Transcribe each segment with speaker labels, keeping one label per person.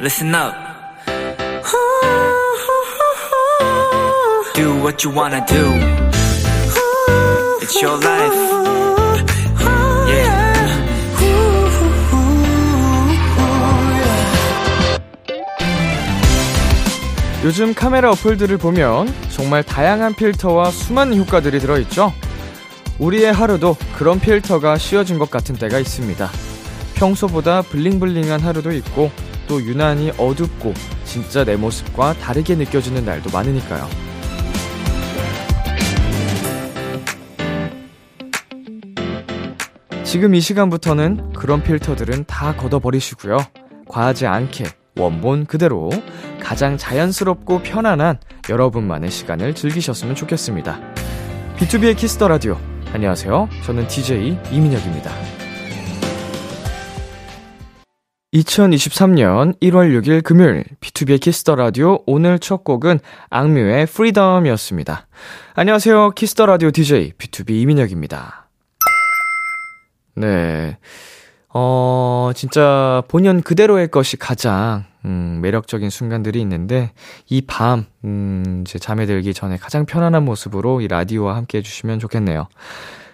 Speaker 1: Listen up. Do what you wanna do. It's your life. Yeah.
Speaker 2: 요즘 카메라 어플들을 보면 정말 다양한 필터와 수많은 효과들이 들어있죠. 우리의 하루도 그런 필터가 씌워진 것 같은 때가 있습니다. 평소보다 블링블링한 하루도 있고 또 유난히 어둡고 진짜 내 모습과 다르게 느껴지는 날도 많으니까요. 지금 이 시간부터는 그런 필터들은 다 걷어버리시고요. 과하지 않게 원본 그대로 가장 자연스럽고 편안한 여러분만의 시간을 즐기셨으면 좋겠습니다. B2B의 키스터 라디오. 안녕하세요. 저는 DJ 이민혁입니다. 2023년 1월 6일 금요일 B2B의 키스터 라디오 오늘 첫 곡은 악뮤의 프리덤이었습니다. 안녕하세요. 키스터 라디오 DJ B2B 이민혁입니다. 네. 어, 진짜 본연 그대로의 것이 가장 음, 매력적인 순간들이 있는데 이 밤, 음, 이제 잠에 들기 전에 가장 편안한 모습으로 이 라디오와 함께 해주시면 좋겠네요.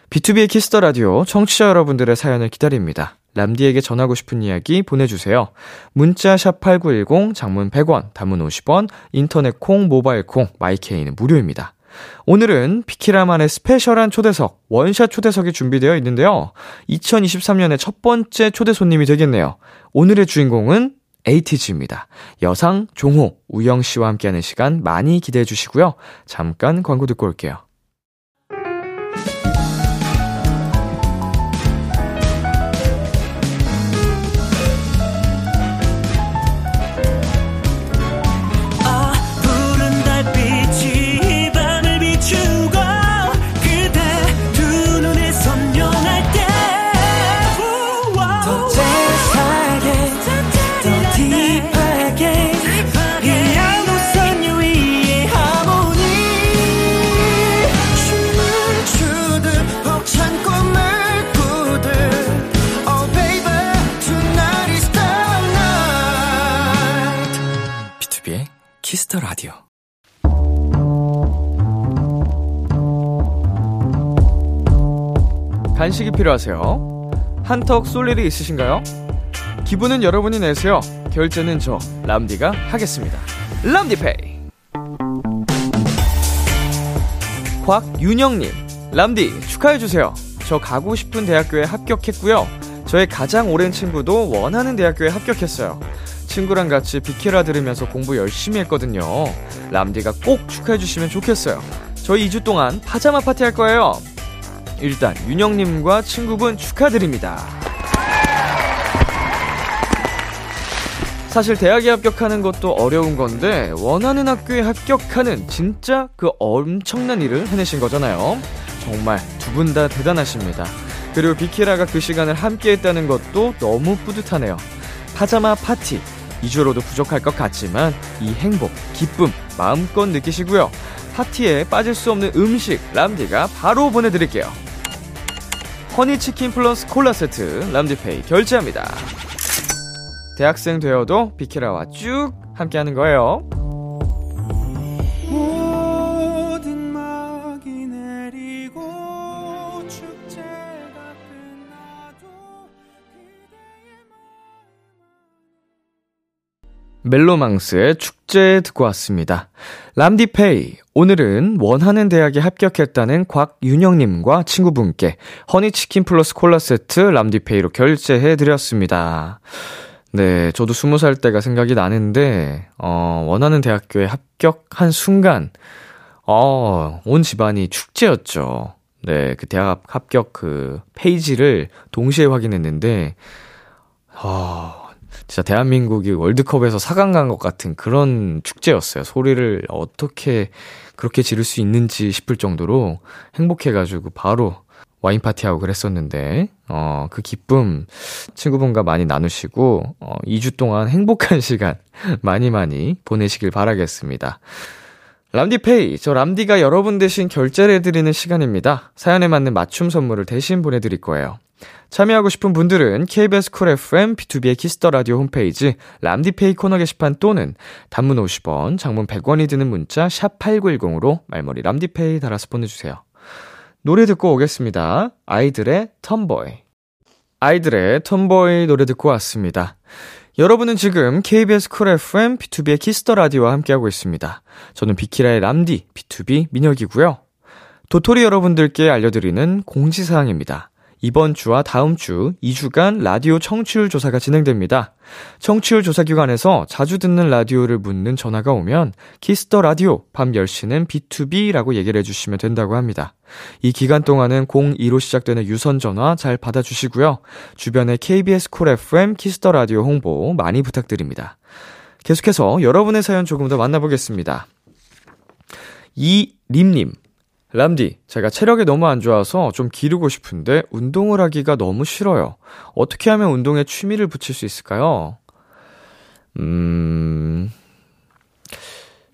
Speaker 2: B2B의 키스터 라디오 청취자 여러분들의 사연을 기다립니다. 람디에게 전하고 싶은 이야기 보내주세요. 문자 샵 #8910 장문 100원, 단문 50원, 인터넷 콩, 모바일 콩, 마이케이는 무료입니다. 오늘은 피키라만의 스페셜한 초대석, 원샷 초대석이 준비되어 있는데요. 2023년의 첫 번째 초대 손님이 되겠네요. 오늘의 주인공은 에이티즈입니다. 여상, 종호, 우영 씨와 함께하는 시간 많이 기대해 주시고요. 잠깐 광고 듣고 올게요.
Speaker 3: 아 푸른 달빛이 이 밤을 비추고 그대 두 눈에 선명할 때더 재밌하게 더 딥하게 이 양도선 유위의 하모니 춤을 추듯 벅찬 꿈을 꾸듯 Oh baby tonight is the night
Speaker 1: B2B의 키스터 라디오.
Speaker 2: 간식이 필요하세요? 한턱 쏠 일이 있으신가요? 기분은 여러분이 내세요. 결제는 저 람디가 하겠습니다. 람디페이. 곽윤영님, 람디 축하해 주세요. 저 가고 싶은 대학교에 합격했고요. 저의 가장 오랜 친구도 원하는 대학교에 합격했어요. 친구랑 같이 비키라 들으면서 공부 열심히 했거든요. 람디가 꼭 축하해 주시면 좋겠어요. 저희 2주 동안 파자마 파티 할 거예요. 일단 윤영님과 친구분 축하드립니다. 사실 대학에 합격하는 것도 어려운 건데 원하는 학교에 합격하는 진짜 그 엄청난 일을 해내신 거잖아요. 정말 두 분 다 대단하십니다. 그리고 비키라가 그 시간을 함께했다는 것도 너무 뿌듯하네요. 파자마 파티 2주로도 부족할 것 같지만 이 행복, 기쁨 마음껏 느끼시고요. 파티에 빠질 수 없는 음식 람디가 바로 보내드릴게요. 허니치킨 플러스 콜라 세트 람디페이 결제합니다. 대학생 되어도 비키라와 쭉 함께하는 거예요.
Speaker 3: 모든 막이 내리고 축제가 끝나도
Speaker 2: 멜로망스의 축제 듣고 왔습니다. 람디페이. 오늘은 원하는 대학에 합격했다는 곽윤영님과 친구분께 허니치킨 플러스 콜라 세트 람디페이로 결제해드렸습니다. 네, 저도 스무 살 때가 생각이 나는데, 어, 원하는 대학교에 합격한 순간, 어, 온 집안이 축제였죠. 네, 그 대학 합격 그 페이지를 동시에 확인했는데, 아, 진짜 대한민국이 월드컵에서 4강 간 것 같은 그런 축제였어요. 소리를 어떻게 그렇게 지를 수 있는지 싶을 정도로 행복해가지고 바로 와인 파티하고 그랬었는데, 어, 그 기쁨 친구분과 많이 나누시고, 어, 2주 동안 행복한 시간 많이 많이 보내시길 바라겠습니다. 람디페이, 저 람디가 여러분 대신 결제를 해드리는 시간입니다. 사연에 맞는 맞춤 선물을 대신 보내드릴 거예요. 참여하고 싶은 분들은 KBS 쿨 FM B2B의 키스터 라디오 홈페이지 람디페이 코너 게시판 또는 단문 50원, 장문 100원이 드는 문자 샵 8910으로 말머리 람디페이 달아서 보내주세요. 노래 듣고 오겠습니다. 아이들의 텀보이. 아이들의 톰보이 노래 듣고 왔습니다. 여러분은 지금 KBS 쿨 FM B2B의 키스터 라디오와 함께하고 있습니다. 저는 비키라의 람디 B2B 민혁이고요. 도토리 여러분들께 알려드리는 공지사항입니다. 이번 주와 다음 주 2주간 라디오 청취율 조사가 진행됩니다. 청취율 조사 기관에서 자주 듣는 라디오를 묻는 전화가 오면 키스터 라디오 밤 10시는 B2B라고 얘기를 해주시면 된다고 합니다. 이 기간 동안은 02로 시작되는 유선 전화 잘 받아주시고요. 주변에 KBS 콜 FM 키스터 라디오 홍보 많이 부탁드립니다. 계속해서 여러분의 사연 조금 더 만나보겠습니다. 이림님. 람디, 제가 체력이 너무 안 좋아서 좀 기르고 싶은데 운동을 하기가 너무 싫어요. 어떻게 하면 운동에 취미를 붙일 수 있을까요? 음,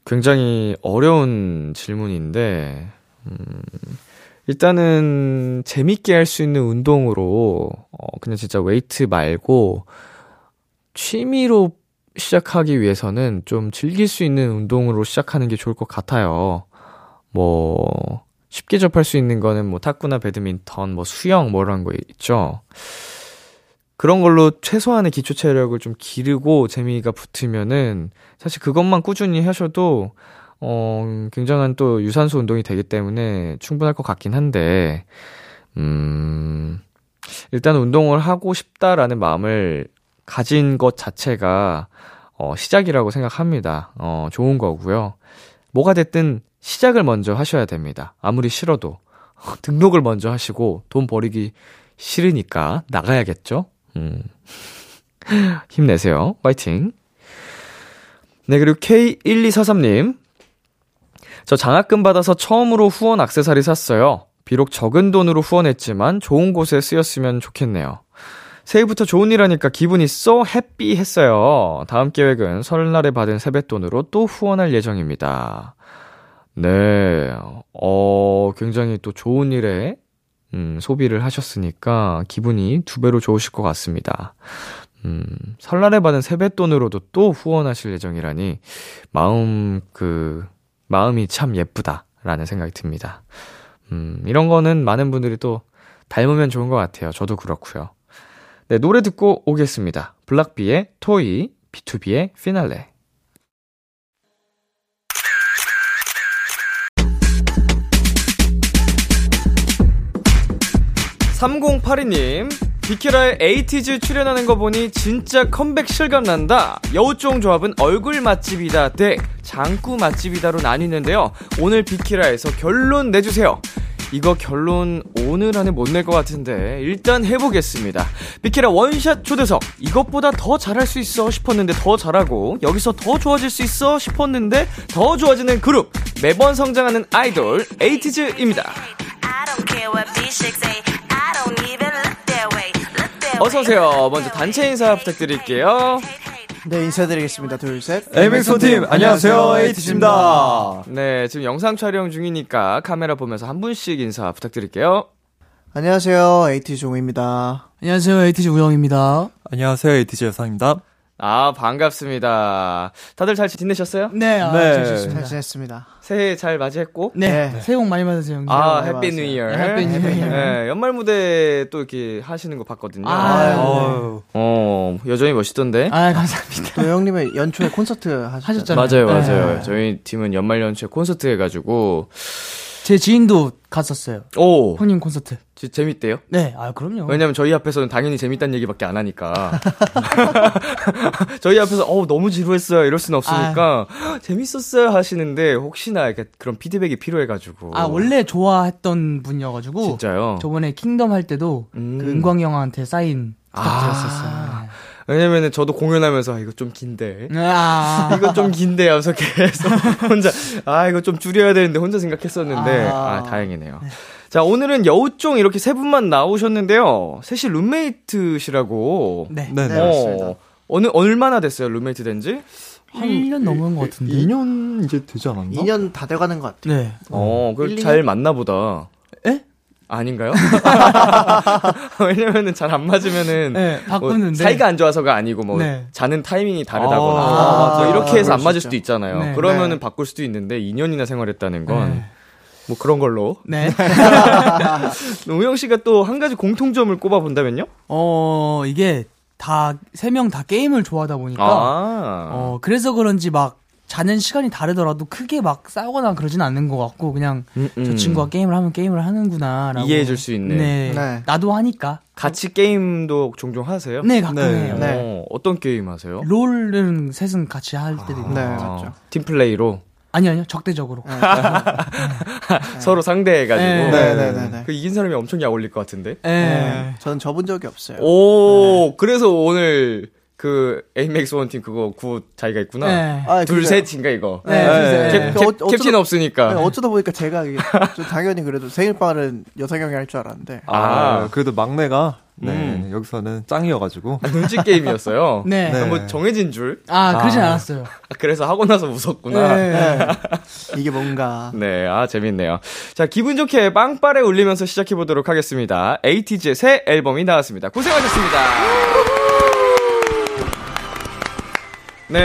Speaker 2: 굉장히 어려운 질문인데, 음, 일단은 재밌게 할 수 있는 운동으로 어 그냥 진짜 웨이트 말고 취미로 시작하기 위해서는 좀 즐길 수 있는 운동으로 시작하는 게 좋을 것 같아요. 뭐 쉽게 접할 수 있는 거는 뭐 탁구나 배드민턴, 뭐 수영 뭐 이런 거 있죠. 그런 걸로 최소한의 기초 체력을 좀 기르고 재미가 붙으면은 사실 그것만 꾸준히 하셔도 어, 굉장한 또 유산소 운동이 되기 때문에 충분할 것 같긴 한데, 음, 일단 운동을 하고 싶다라는 마음을 가진 것 자체가, 어, 시작이라고 생각합니다. 어, 좋은 거고요. 뭐가 됐든 시작을 먼저 하셔야 됩니다. 아무리 싫어도. 등록을 먼저 하시고, 돈 버리기 싫으니까 나가야겠죠? 음. 힘내세요. 파이팅. 네, 그리고 K1243님. 저 장학금 받아서 처음으로 후원 악세사리 샀어요. 비록 적은 돈으로 후원했지만 좋은 곳에 쓰였으면 좋겠네요. 새해부터 좋은 일 하니까 기분이 쏘 해피 했어요. 다음 계획은 설날에 받은 세뱃돈으로 또 후원할 예정입니다. 네, 어, 굉장히 또 좋은 일에, 음, 소비를 하셨으니까 기분이 두 배로 좋으실 것 같습니다. 음, 설날에 받은 세뱃돈으로도 또 후원하실 예정이라니, 마음, 그, 마음이 참 예쁘다라는 생각이 듭니다. 음, 이런 거는 많은 분들이 또 닮으면 좋은 것 같아요. 저도 그렇고요. 네, 노래 듣고 오겠습니다. 블락비의 토이, B2B의 피날레. (3082님) 비키라의 에이티즈 출연하는 거 보니 진짜 컴백 실감 난다 여우종 조합은 얼굴 맛집이다 대 장구 맛집이다로 나뉘는데요 오늘 비키라에서 결론 내주세요 이거 결론 오늘 안에 못 낼 것 같은데 일단 해보겠습니다 비키라 원샷 초대석 이것보다 더 잘할 수 있어 싶었는데 더 잘하고 여기서 더 좋아질 수 있어 싶었는데 더 좋아지는 그룹 매번 성장하는 아이돌 에이티즈입니다
Speaker 4: I don't care what these chicks say. I don't even look their way. Look their way.
Speaker 2: 어서오세요 먼저 단체 인사 부탁드릴게요
Speaker 5: 네 인사드리겠습니다 둘셋
Speaker 6: 네, 에이밍스톤팀 안녕하세요 에이티즈입니다
Speaker 2: 네, 지금 영상 촬영 중이니까 카메라 보면서 한 분씩 인사 부탁드릴게요.
Speaker 5: 안녕하세요 에이티 종입니다
Speaker 7: 안녕하세요, 에이티즈 우영입니다.
Speaker 6: 안녕하세요 에이티즈 여상입니다
Speaker 2: 아, 반갑습니다. 다들 잘 지내셨어요?
Speaker 7: 네, 아,
Speaker 6: 네.
Speaker 7: 잘
Speaker 5: 잘
Speaker 7: 지냈습니다.
Speaker 5: 지냈습니다
Speaker 2: 새해 잘 맞이했고?
Speaker 7: 네,
Speaker 5: 네.
Speaker 7: 새해 복 많이 받으세요, 형님.
Speaker 2: 아,
Speaker 5: 많이
Speaker 2: 해피 뉴
Speaker 5: 받았어요.
Speaker 2: 이어.
Speaker 7: 해피 뉴 이어.
Speaker 2: 네, 연말 무대 또 이렇게 하시는 거 봤거든요.
Speaker 7: 아,
Speaker 6: 어우
Speaker 2: 어, 여전히 멋있던데.
Speaker 7: 아, 감사합니다.
Speaker 5: 또 형님의 연초에 콘서트 하셨잖아요
Speaker 7: 하셨잖아요.
Speaker 2: 맞아요,
Speaker 7: 네.
Speaker 2: 맞아요. 저희 팀은 연말 연초에 콘서트 해가지고,
Speaker 7: 제 지인도 갔었어요.
Speaker 2: 오,
Speaker 7: 형님 콘서트.
Speaker 2: 진짜 재밌대요.
Speaker 7: 네, 아, 그럼요.
Speaker 2: 어. 왜냐면 저희 앞에서는 당연히 재밌다는 얘기밖에 안 하니까. 저희 앞에서 어우 너무 지루했어요 이럴 수는 없으니까 "헉, 재밌었어요 하시는데 혹시나 이렇게 그런 피드백이 필요해가지고.
Speaker 7: 아, 원래 좋아했던 분이어가지고.
Speaker 2: 어. 진짜요.
Speaker 7: 저번에 킹덤 할 때도
Speaker 2: 음. 아.
Speaker 7: 그 은광이 형한테 사인 부탁드렸었어요.
Speaker 2: 왜냐면은 저도 공연하면서 아, 이거 좀 긴데.
Speaker 7: 네. 아,
Speaker 2: 이거 좀 긴데 하면서 계속 혼자 아 이거 좀 줄여야 되는데 혼자 생각했었는데 아,
Speaker 7: 아.
Speaker 2: 다행이네요. 자 오늘은 여우쫑 이렇게 세 분만 나오셨는데요. 셋이 룸메이트시라고.
Speaker 7: 네.
Speaker 6: 네.
Speaker 5: 네 맞습니다
Speaker 2: 어, 어느 얼마나 됐어요 룸메이트 된지?
Speaker 7: 한 1년 넘은 것 같은데.
Speaker 6: 2년 이제 되지 않았나?
Speaker 5: 2년 다 돼가는 것 같아요
Speaker 7: 네.
Speaker 2: 어,
Speaker 5: 일,
Speaker 2: 그걸
Speaker 5: 이
Speaker 2: 잘 맞나 보다.
Speaker 7: 에?
Speaker 2: 아닌가요? 왜냐면은 잘 안 맞으면은
Speaker 7: 네,
Speaker 2: 뭐
Speaker 7: 바꾸는데.
Speaker 2: 사이가 안 좋아서가 아니고 뭐
Speaker 7: 네.
Speaker 2: 자는 타이밍이 다르다거나
Speaker 5: 아,
Speaker 2: 뭐
Speaker 5: 맞아요.
Speaker 2: 이렇게 해서 안
Speaker 5: 그럴
Speaker 2: 맞을
Speaker 5: 수
Speaker 2: 수도 있잖아요.
Speaker 7: 네.
Speaker 2: 그러면은 바꿀 수도 있는데 2년이나 생활했다는 건 뭐
Speaker 7: 네.
Speaker 2: 그런 걸로.
Speaker 7: 네.
Speaker 2: 우영 씨가 또 한 가지 공통점을 꼽아 본다면요?
Speaker 7: 어, 이게 다, 세 명 다 게임을 좋아하다 보니까.
Speaker 2: 아.
Speaker 7: 그러니까. 어, 그래서 그런지 막 자는 시간이 다르더라도 크게 막 싸우거나 그러진 않는 것 같고, 그냥
Speaker 2: 음,
Speaker 7: 저
Speaker 2: 음.
Speaker 7: 친구가 게임을 하면 게임을 하는구나. 라고.
Speaker 2: 이해해줄 수 있는.
Speaker 7: 네.
Speaker 5: 네.
Speaker 7: 나도 하니까.
Speaker 2: 같이 게임도 종종 하세요?
Speaker 7: 네, 가끔
Speaker 6: 네.
Speaker 7: 해요.
Speaker 5: 네.
Speaker 2: 어, 어떤 게임 하세요?
Speaker 7: 롤은 셋은 같이 할 때도 있고.
Speaker 5: 네.
Speaker 2: 어,
Speaker 5: 맞죠.
Speaker 2: 팀플레이로
Speaker 7: 아니, 아니요. 적대적으로.
Speaker 2: 서로 상대해가지고
Speaker 7: 네.
Speaker 5: 네, 네, 네, 네.
Speaker 2: 그 이긴 사람이 엄청 약 올릴 것 같은데.
Speaker 7: 예.
Speaker 5: 네. 저는 접은 적이 없어요.
Speaker 2: 오, 그래서 오늘 그 에이맥스 원팀 그거 구 자기가 어. 있구나.
Speaker 7: 네.
Speaker 5: 아,
Speaker 2: 둘,
Speaker 5: 그죠.
Speaker 2: 셋인가 이거.
Speaker 7: 네,
Speaker 5: 네.
Speaker 7: 진짜.
Speaker 2: 캡,
Speaker 5: 어,
Speaker 2: 캡,
Speaker 5: 어쩌다-
Speaker 2: 캡틴 없으니까.
Speaker 5: 네, 어쩌다 보니까 제가 이게 좀 당연히 그래도 생일빵은 여성형이 할 줄 알았는데.
Speaker 6: 아,
Speaker 2: 아,
Speaker 6: 그래도 막내가 네,
Speaker 2: 음.
Speaker 6: 여기서는 짱이어가지고
Speaker 2: 눈치 게임이었어요.
Speaker 7: 네.
Speaker 6: 네.
Speaker 2: 뭐 정해진 줄.
Speaker 7: 아, 그러진
Speaker 6: 아.
Speaker 7: 않았어요.
Speaker 2: 아, 그래서 하고 나서 웃었구나. 네.
Speaker 5: 네. 이게 뭔가.
Speaker 2: 아, 재밌네요. 자, 기분 좋게 빵빠레 울리면서 시작해보도록 하겠습니다. 에이티즈의 새 앨범이 나왔습니다. 고생하셨습니다. 네,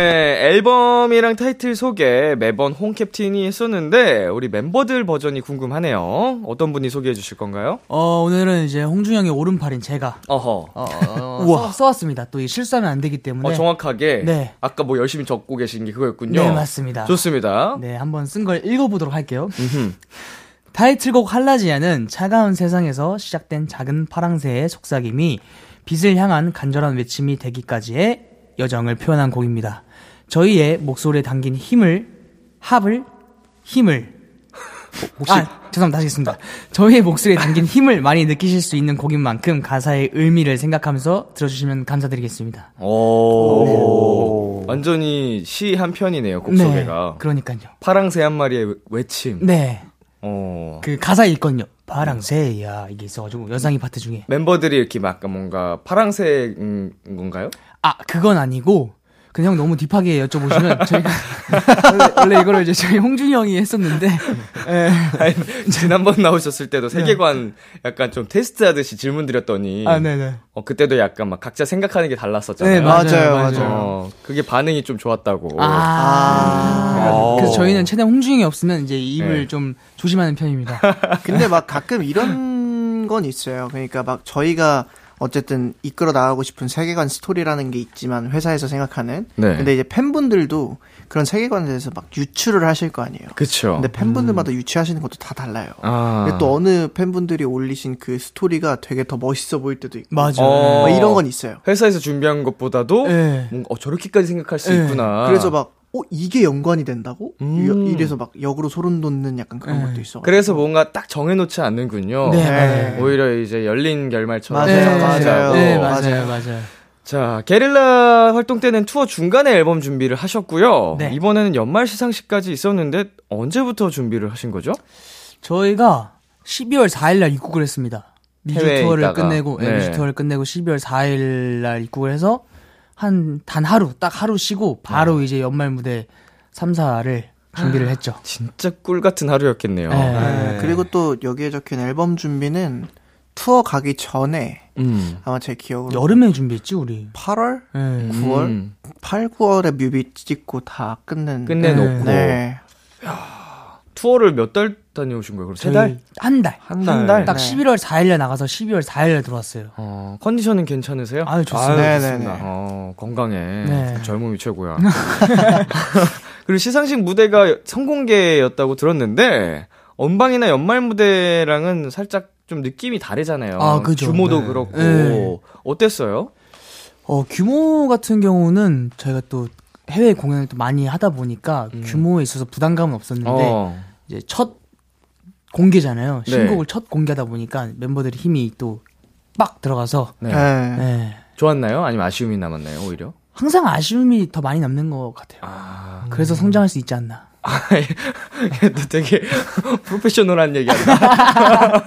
Speaker 2: 앨범이랑 타이틀 소개 매번 홍캡틴이 했었는데, 우리 멤버들 버전이 궁금하네요. 어떤 분이 소개해 주실 건가요?
Speaker 7: 어, 오늘은 이제 홍준영의 오른팔인 제가
Speaker 2: 어허.
Speaker 7: 어, 어, 써, 써왔습니다. 또 이 실수하면 안 되기 때문에.
Speaker 2: 어, 정확하게.
Speaker 7: 네.
Speaker 2: 아까 뭐 열심히 적고 계신 게 그거였군요.
Speaker 7: 네, 맞습니다.
Speaker 2: 좋습니다.
Speaker 7: 네, 한번 쓴 걸 읽어보도록 할게요. 타이틀곡 할라지아는 차가운 세상에서 시작된 작은 파랑새의 속삭임이 빛을 향한 간절한 외침이 되기까지의 여정을 표현한 곡입니다. 저희의 목소리에 담긴 힘을, 합을, 힘을. 혹시... 아, 죄송합니다. 다시 겠습니다 저희의 목소리에 담긴 힘을 많이 느끼실 수 있는 곡인 만큼 가사의 의미를 생각하면서 들어주시면 감사드리겠습니다.
Speaker 2: 오. 완전히 시 한 편이네요, 곡 소개가.
Speaker 7: 네, 그러니까요.
Speaker 2: 파랑새 한 마리의
Speaker 5: 음.
Speaker 2: 외침.
Speaker 7: 네.
Speaker 2: 어.
Speaker 7: 그 가사 읽거든요. 파랑새야 이게 있어가지고 연상이 파트 중에
Speaker 2: 멤버들이 이렇게 막 아까 뭔가 파랑새인 건가요?
Speaker 7: 아 그건 아니고 그냥 너무 딥하게 여쭤보시면 저희가 원래, 원래 이거를 이제 저희 홍준이 형이 했었는데 예.
Speaker 2: 아니, 지난번 나오셨을 때도
Speaker 5: 네.
Speaker 2: 세계관 약간 좀 테스트 하듯이 질문 드렸더니
Speaker 7: 아 네네
Speaker 2: 어, 그때도 약간 막 각자 생각하는 게 달랐었잖아요.
Speaker 7: 네, 맞아요,
Speaker 5: 맞아요. 어.
Speaker 7: 맞아요.
Speaker 2: 어, 그게 반응이 좀 좋았다고.
Speaker 7: 아,
Speaker 2: 아.
Speaker 7: 그래서 저희는 최대한 홍준이 형이 없으면 이제 입을
Speaker 2: 네.
Speaker 7: 좀 조심하는 편입니다
Speaker 5: 근데 막 가끔 이런 건 있어요. 그러니까 막 저희가 어쨌든 이끌어 나가고 싶은 세계관 스토리라는 게 있지만 회사에서 생각하는.
Speaker 2: 네.
Speaker 5: 근데 이제 팬분들도 그런 세계관에 대해서 막 유추를 하실 거 아니에요.
Speaker 2: 그쵸.
Speaker 5: 근데 팬분들마다 유추하시는 것도 다 달라요.
Speaker 2: 그렇죠. 음. 아.
Speaker 5: 근데 또 어느 팬분들이 올리신 그 스토리가 되게 더 멋있어 보일 때도 있고.
Speaker 7: 맞아
Speaker 2: 어.
Speaker 5: 막 이런 건 있어요.
Speaker 2: 회사에서 준비한 것보다도
Speaker 7: 예.
Speaker 2: 뭔가 어, 저렇게까지 생각할 수
Speaker 7: 예.
Speaker 2: 있구나.
Speaker 5: 네. 그래서 막, 어, 이게 연관이 된다고?
Speaker 2: 아. 음.
Speaker 5: 이- 이래서 막 역으로 소름 돋는 약간 그런
Speaker 7: 네.
Speaker 5: 것도 있어.
Speaker 2: 그래서 뭔가 딱 정해놓지 않는군요.
Speaker 7: 네,
Speaker 5: 네.
Speaker 2: 오히려 이제 열린 결말처럼.
Speaker 5: 맞아요,
Speaker 2: 생각하고.
Speaker 5: 맞아요.
Speaker 7: 네,
Speaker 5: 맞아요.
Speaker 7: 맞아요 맞아요
Speaker 2: 자, 게릴라 활동 때는 투어 중간에 앨범 준비를 하셨고요.
Speaker 7: 네.
Speaker 2: 이번에는 연말 시상식까지 있었는데 언제부터 준비를 하신 거죠?
Speaker 7: 저희가 12월 4일날 입국을 했습니다. 미주
Speaker 2: 해외에
Speaker 7: 투어를
Speaker 2: 있다가.
Speaker 7: 끝내고 네.
Speaker 2: 네.
Speaker 7: 미주 투어를 끝내고 12월 4일날 입국을 해서 한 단 하루 딱 하루 쉬고 바로
Speaker 2: 네.
Speaker 7: 이제 연말 무대 3, 4를
Speaker 2: 아.
Speaker 7: 준비를 했죠.
Speaker 2: 진짜 꿀 같은 하루였겠네요.
Speaker 7: 네.
Speaker 5: 네, 그리고 또 여기에 적힌 앨범 준비는 투어 가기 전에
Speaker 2: 음.
Speaker 5: 아마 제 기억으로
Speaker 7: 여름에 준비했지 우리.
Speaker 5: 8월,
Speaker 7: 네.
Speaker 5: 9월,
Speaker 2: 음.
Speaker 5: 8, 9월에 뮤비 찍고 다 끝낸.
Speaker 2: 끝내놓고
Speaker 5: 네.
Speaker 2: 투어를 몇 달 다녀오신 거예요? 그럼 세 달? 네.
Speaker 7: 한 달.
Speaker 6: 한 달.
Speaker 7: 딱 11월 4일날 나가서 12월 4일날 들어왔어요.
Speaker 2: 어, 컨디션은 괜찮으세요?
Speaker 7: 아유
Speaker 5: 네,
Speaker 7: 좋습니다.
Speaker 5: 네,
Speaker 6: 좋습니다.
Speaker 5: 네.
Speaker 2: 어, 건강해.
Speaker 7: 네.
Speaker 2: 젊음이 최고야. 그리고 시상식 무대가 성공개였다고 들었는데, 언방이나 연말 무대랑은 살짝 좀 느낌이 다르잖아요.
Speaker 7: 아, 그죠.
Speaker 2: 규모도
Speaker 6: 네.
Speaker 2: 그렇고.
Speaker 7: 네.
Speaker 2: 어땠어요?
Speaker 7: 어, 규모 같은 경우는 저희가 또 해외 공연을 또 많이 하다 보니까 규모에 있어서 부담감은 없었는데
Speaker 2: 음. 어.
Speaker 7: 이제 첫 공개잖아요.
Speaker 2: 네.
Speaker 7: 신곡을 첫 공개하다 보니까 멤버들의 힘이 또 빡 들어가서
Speaker 2: 네.
Speaker 5: 네.
Speaker 7: 네.
Speaker 2: 좋았나요? 아니면 아쉬움이 남았나요, 오히려?
Speaker 7: 항상 아쉬움이 더 많이 남는 것 같아요. 그래서 성장할 수 있지 않나.
Speaker 2: 근데 되게 프로페셔널한 얘기 아니야?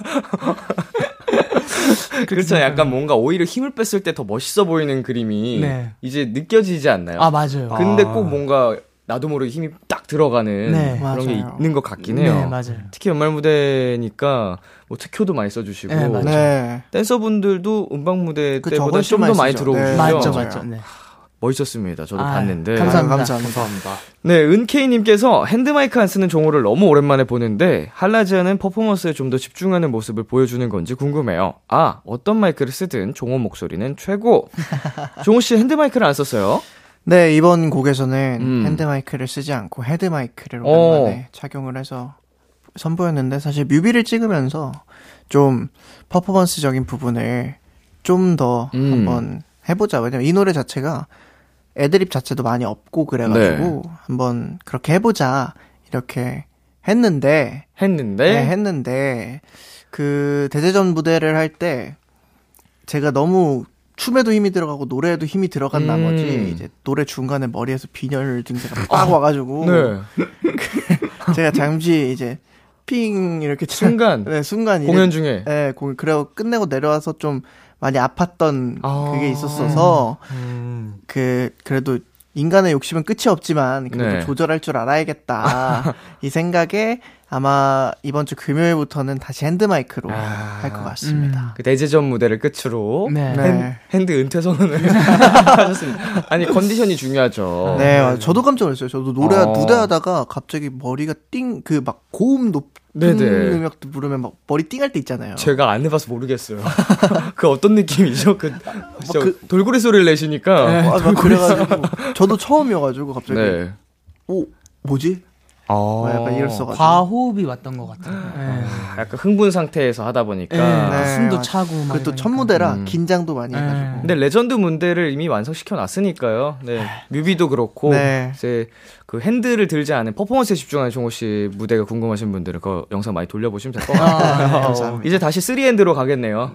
Speaker 2: 그렇죠. 약간 뭔가 오히려 힘을 뺐을 때 더 멋있어 보이는 그림이
Speaker 7: 네.
Speaker 2: 이제 느껴지지 않나요?
Speaker 7: 아 맞아요.
Speaker 2: 근데
Speaker 6: 아.
Speaker 2: 꼭 뭔가 나도 모르게 힘이 딱 들어가는
Speaker 7: 네.
Speaker 2: 그런 게
Speaker 5: 맞아요.
Speaker 2: 있는 것 같긴 해요.
Speaker 7: 네, 맞아요.
Speaker 2: 특히 연말 무대니까 뭐 특효도 많이 써주시고
Speaker 7: 네, 맞아요.
Speaker 5: 네.
Speaker 2: 댄서분들도 음방 무대
Speaker 5: 그
Speaker 2: 때보다
Speaker 5: 저걸
Speaker 2: 좀
Speaker 5: 좀
Speaker 2: 더 많이
Speaker 5: 쓰죠.
Speaker 2: 들어오시죠.
Speaker 5: 네.
Speaker 7: 맞죠,
Speaker 5: 맞아요.
Speaker 7: 맞죠. 네.
Speaker 2: 멋있었습니다. 저도
Speaker 7: 아유,
Speaker 2: 봤는데.
Speaker 7: 감사합니다.
Speaker 5: 아유, 감사합니다.
Speaker 2: 네, 은케이님께서 핸드마이크 안 쓰는 종호를 너무 오랜만에 보는데 한라지아는 퍼포먼스에 좀 더 집중하는 모습을 보여주는 건지 궁금해요. 아, 어떤 마이크를 쓰든 종호 목소리는 최고. 종호 씨 핸드마이크를 안 썼어요?
Speaker 5: 네, 이번 곡에서는
Speaker 2: 음.
Speaker 5: 핸드마이크를 쓰지 않고 헤드마이크를
Speaker 2: 어.
Speaker 5: 오랜만에 착용을 해서 선보였는데 사실 뮤비를 찍으면서 좀 퍼포먼스적인 부분을 좀 더
Speaker 2: 음.
Speaker 5: 한번 해보자. 왜냐면 이 노래 자체가 애드립 자체도 많이 없고 그래가지고
Speaker 2: 네.
Speaker 5: 한번 그렇게 해보자. 이렇게 했는데
Speaker 2: 했는데
Speaker 5: 네, 했는데 그 대제전 무대를 할 때 제가 너무 춤에도 힘이 들어가고 노래에도 힘이 들어간
Speaker 2: 음. 어.
Speaker 5: 나머지 이제 노래 중간에 머리에서 빈혈 증세가 빡 와가지고
Speaker 2: 네,
Speaker 5: 제가 잠시 이제 핑 이렇게 치다-
Speaker 2: 순간.
Speaker 5: 네 순간 이제-
Speaker 2: 공연 중에
Speaker 5: 네 공연 그리고 끝내고 내려와서 좀 많이 아팠던
Speaker 2: 아.
Speaker 5: 그게 있었어서 그 그래도 인간의 욕심은 끝이 없지만 그래도
Speaker 2: 네.
Speaker 5: 조절할 줄 알아야겠다 이 생각에 아마 이번 주 금요일부터는 다시 핸드마이크로
Speaker 2: 아.
Speaker 5: 할 것 같습니다.
Speaker 2: 그 대제전 무대를 끝으로
Speaker 7: 네.
Speaker 5: 네.
Speaker 2: 핸, 핸드 은퇴 선언을 하셨습니다. 아니 컨디션이 중요하죠.
Speaker 5: 네, 맞아요. 저도 깜짝 놀랐어요. 저도 노래
Speaker 2: 어.
Speaker 5: 무대하다가 갑자기 머리가 띵 그 막 고음 높은
Speaker 2: 네네.
Speaker 5: 음역도 부르면 막 머리 띵할 때 있잖아요.
Speaker 2: 제가 안 해봐서 모르겠어요. 그 어떤 느낌이죠? 그, 진짜
Speaker 5: 그-
Speaker 2: 돌고래 소리를 내시니까.
Speaker 5: 아, 막 그래가지고 저도 처음이어가지고 갑자기
Speaker 2: 네.
Speaker 5: 오 뭐지? 막 약간 이럴 써가지고
Speaker 7: 어. 과호흡이 왔던 것 같아요. 네.
Speaker 2: 아, 그러니까 약간 흥분 상태에서 하다 보니까.
Speaker 7: 네.
Speaker 5: 네,
Speaker 7: 숨도
Speaker 5: 맞-
Speaker 7: 차고 막
Speaker 5: 그것도
Speaker 7: 이러니까.
Speaker 5: 첫 무대라
Speaker 2: 음.
Speaker 5: 긴장도 많이
Speaker 7: 네.
Speaker 5: 해가지고
Speaker 2: 근데 레전드 문대를 이미 완성시켜 놨으니까요. 네. 뮤비도 그렇고
Speaker 5: 네.
Speaker 2: 이제 그 핸들을 들지 않은 퍼포먼스에 집중하는 종호 씨 무대가 궁금하신 분들은 그 영상 많이 돌려보시면 될 것 같아요.
Speaker 7: 아, 네.
Speaker 5: 감사합니다.
Speaker 2: 이제 다시 3엔드로 가겠네요.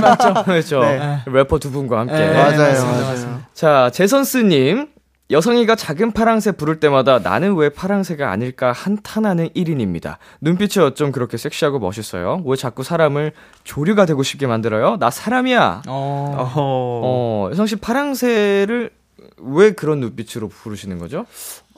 Speaker 2: 맞죠? 그렇죠.
Speaker 5: 네.
Speaker 2: 래퍼 두 분과 함께.
Speaker 7: 네,
Speaker 5: 맞아요,
Speaker 7: 맞습니다,
Speaker 5: 맞아요.
Speaker 7: 맞습니다.
Speaker 2: 자, 재선스님. 여성이가 작은 파랑새 부를 때마다 나는 왜 파랑새가 아닐까 한탄하는 1인입니다. 눈빛이 어쩜 그렇게 섹시하고 멋있어요? 왜 자꾸 사람을 조류가 되고 싶게 만들어요? 나 사람이야!
Speaker 7: 어,
Speaker 6: 어.
Speaker 2: 어, 여성씨 파랑새를 왜 그런 눈빛으로 부르시는 거죠?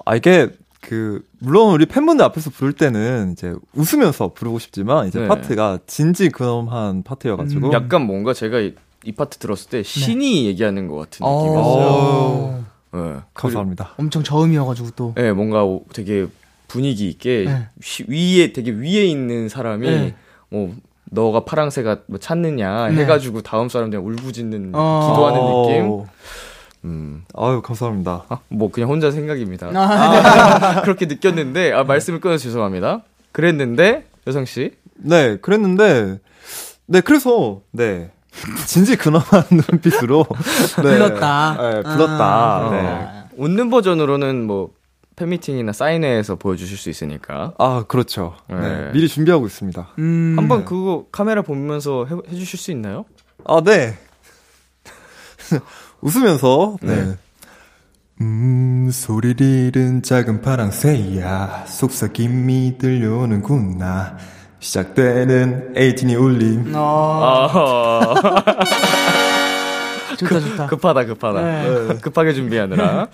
Speaker 6: 아 이게 그 물론 우리 팬분들 앞에서 부를 때는 이제 웃으면서 부르고 싶지만 이제
Speaker 2: 네.
Speaker 6: 파트가 진지 그놈한 파트여가지고
Speaker 7: 음, 네.
Speaker 2: 약간 뭔가 제가 이, 이 파트 들었을 때 신이 얘기하는 것 같은 느낌이었어요.
Speaker 7: 어,
Speaker 2: 예.
Speaker 6: 감사합니다.
Speaker 7: 엄청 저음이어가지고 또.
Speaker 2: 예, 뭔가 오- 되게 분위기 있게
Speaker 7: 네.
Speaker 2: 시- 위에 되게 위에 있는 사람이
Speaker 7: 네.
Speaker 2: 뭐 너가 파랑새가 뭐 찾느냐
Speaker 7: 네.
Speaker 2: 해가지고 다음 사람들 울부짖는
Speaker 7: 어.
Speaker 2: 기도하는 느낌.
Speaker 6: 어.
Speaker 2: 음,
Speaker 6: 아유 감사합니다.
Speaker 2: 아, 뭐 그냥 혼자 생각입니다.
Speaker 7: 아,
Speaker 2: 그렇게 느꼈는데 아 말씀을 끊어서 죄송합니다. 그랬는데 여성 씨.
Speaker 6: 네, 그랬는데, 네, 그래서, 네. 진지 근엄한 눈빛으로. 네,
Speaker 7: 불렀다.
Speaker 6: 네, 불렀다.
Speaker 7: 아,
Speaker 6: 아, 네.
Speaker 7: 아,
Speaker 2: 웃는 버전으로는 뭐 팬미팅이나 사인회에서 보여주실 수 있으니까.
Speaker 6: 아, 그렇죠. 네.
Speaker 2: 네.
Speaker 6: 미리 준비하고 있습니다.
Speaker 7: 음,
Speaker 2: 한번 그거 카메라 보면서 해, 해주실 수 있나요?
Speaker 6: 아, 네. 웃으면서, 네. 음, 소리를 잃은 작은 파랑새야. 속삭임이 들려오는구나. 시작되는 에이틴이 울림.
Speaker 7: 어,
Speaker 2: 아,
Speaker 7: 좋다, 좋다.
Speaker 2: 급하다 급하다 어,
Speaker 7: 네.
Speaker 2: 급하게 준비하느라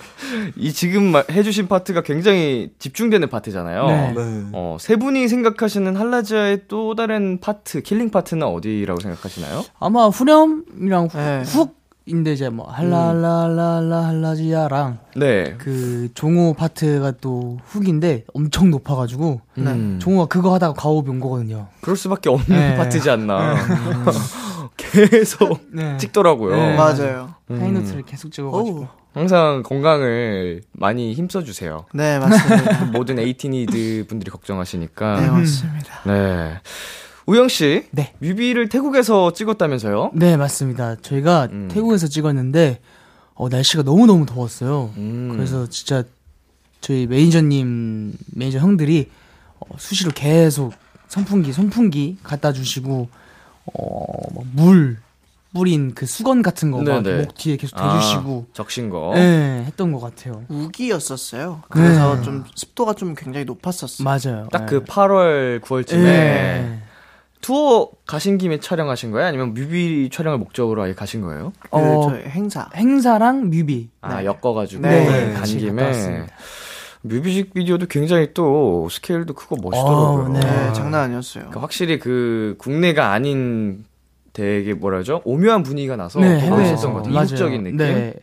Speaker 2: 이 지금 마- 해주신 파트가 굉장히 집중되는 파트잖아요.
Speaker 7: 네.
Speaker 6: 네.
Speaker 2: 어, 세 분이 생각하시는 한라지아의 또 다른 파트 킬링 파트는 어디라고 생각하시나요?
Speaker 7: 아마 후렴이랑 후,
Speaker 5: 네.
Speaker 7: 훅인데 이제 뭐 할라랄라랄라 할라지야랑
Speaker 2: 네.
Speaker 7: 그 종호 파트가 또 훅인데 엄청 높아가지고
Speaker 2: 음,
Speaker 7: 종호가 그거 하다가 과호흡이 온 거거든요.
Speaker 2: 그럴 수밖에 없는
Speaker 7: 네.
Speaker 2: 파트지 않나. 계속
Speaker 7: 네.
Speaker 2: 찍더라고요.
Speaker 7: 네.
Speaker 5: 맞아요.
Speaker 2: 음.
Speaker 7: 하이노트를 계속 찍어가지고.
Speaker 5: 오.
Speaker 2: 항상 건강을 많이 힘써 주세요.
Speaker 5: 네 맞습니다.
Speaker 2: 모든 에이티니드 분들이 걱정하시니까.
Speaker 5: 네 맞습니다.
Speaker 2: 네. 우영 씨.
Speaker 7: 네.
Speaker 2: 뮤비를 태국에서 찍었다면서요?
Speaker 7: 네, 맞습니다. 저희가
Speaker 2: 음.
Speaker 7: 태국에서 찍었는데, 어, 날씨가 너무너무 더웠어요.
Speaker 2: 음.
Speaker 7: 그래서 진짜 저희 매니저님, 매니저 형들이 어, 수시로 계속 선풍기, 선풍기 갖다 주시고, 어, 막물 뿌린 그 수건 같은 거 막
Speaker 2: 네네.
Speaker 7: 목 뒤에 계속
Speaker 2: 아, 어?
Speaker 7: 대주시고,
Speaker 2: 적신 거.
Speaker 7: 예, 했던 것 같아요.
Speaker 5: 음. 우기였었어요.
Speaker 7: 네.
Speaker 5: 그래서 좀 습도가 좀 굉장히 높았었어요.
Speaker 7: 맞아요.
Speaker 2: 딱 그
Speaker 7: 예.
Speaker 2: 8월 9월쯤에
Speaker 7: 예.
Speaker 2: 투어 가신 김에 촬영하신 거예요? 아니면 뮤비 촬영을 목적으로 아예 가신 거예요?
Speaker 5: 그
Speaker 7: 어.
Speaker 5: 저희 행사.
Speaker 7: 행사랑 뮤비.
Speaker 2: 아 엮어가지고
Speaker 5: 네,
Speaker 2: 간
Speaker 7: 같이
Speaker 2: 김에
Speaker 7: 갔다 왔습니다.
Speaker 2: 뮤직비디오도 굉장히 또 스케일도 크고 멋있더라고요.
Speaker 7: 어, 네.
Speaker 5: 네,
Speaker 2: 그러니까
Speaker 5: 장난 아니었어요.
Speaker 2: 확실히 그 국내가 아닌 되게 뭐라죠? 오묘한 분위기가 나서
Speaker 7: 네,
Speaker 2: 더 멋있었던 것
Speaker 7: 해외에서.
Speaker 2: 같아요. 이국적인 느낌.
Speaker 7: 네.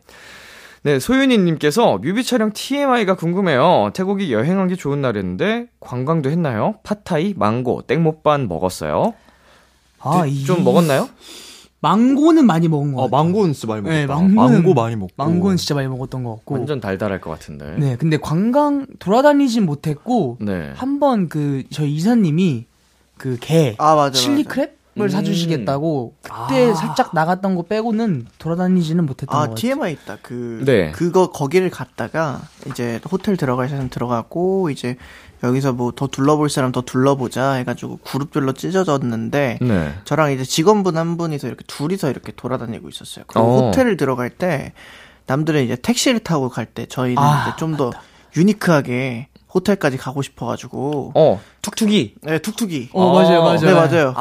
Speaker 2: 네, 소윤이님께서 뮤비 촬영 TMI가 궁금해요. 태국이 여행하기 좋은 날인데 관광도 했나요? 팟타이, 망고, 땡모반 먹었어요.
Speaker 7: 아,
Speaker 2: 드-
Speaker 7: 이-
Speaker 2: 좀 먹었나요?
Speaker 7: 망고는 많이 먹은 거
Speaker 6: 어, 망고는 진짜 많이 먹었다.
Speaker 7: 네,
Speaker 6: 망고는,
Speaker 7: 망고는-
Speaker 6: 망고 많이 먹고.
Speaker 7: 망고는 진짜 많이 먹었던 것 같고.
Speaker 2: 완전 달달할 것 같은데.
Speaker 7: 네, 근데 관광 돌아다니진 못했고
Speaker 2: 네.
Speaker 7: 한 번 그 저희 이사님이 그개
Speaker 5: 아, 맞아.
Speaker 7: 칠리
Speaker 5: 맞아.
Speaker 7: 크랩을
Speaker 2: 음.
Speaker 7: 사주시겠다고 그때
Speaker 5: 아.
Speaker 7: 살짝 나갔던 거 빼고는 돌아다니지는 못했던
Speaker 5: 아,
Speaker 7: 것 같아요.
Speaker 5: TMI 있다. 그,
Speaker 2: 네.
Speaker 5: 그거, 거기를 갔다가, 이제 호텔 들어갈 사람 들어가고, 이제 여기서 뭐 더 둘러볼 사람 더 둘러보자 해가지고 그룹별로 찢어졌는데,
Speaker 2: 네.
Speaker 5: 저랑 이제 직원분 한 분이서 이렇게 둘이서 이렇게 돌아다니고 있었어요. 그리고
Speaker 2: 어.
Speaker 5: 호텔을 들어갈 때, 남들은 이제 택시를 타고 갈 때, 저희는
Speaker 7: 아,
Speaker 5: 이제 좀 더 유니크하게 호텔까지 가고 싶어가지고,
Speaker 2: 어, 툭툭이.
Speaker 5: 네, 툭툭이.
Speaker 7: 어, 맞아요, 맞아요.
Speaker 5: 네, 맞아요.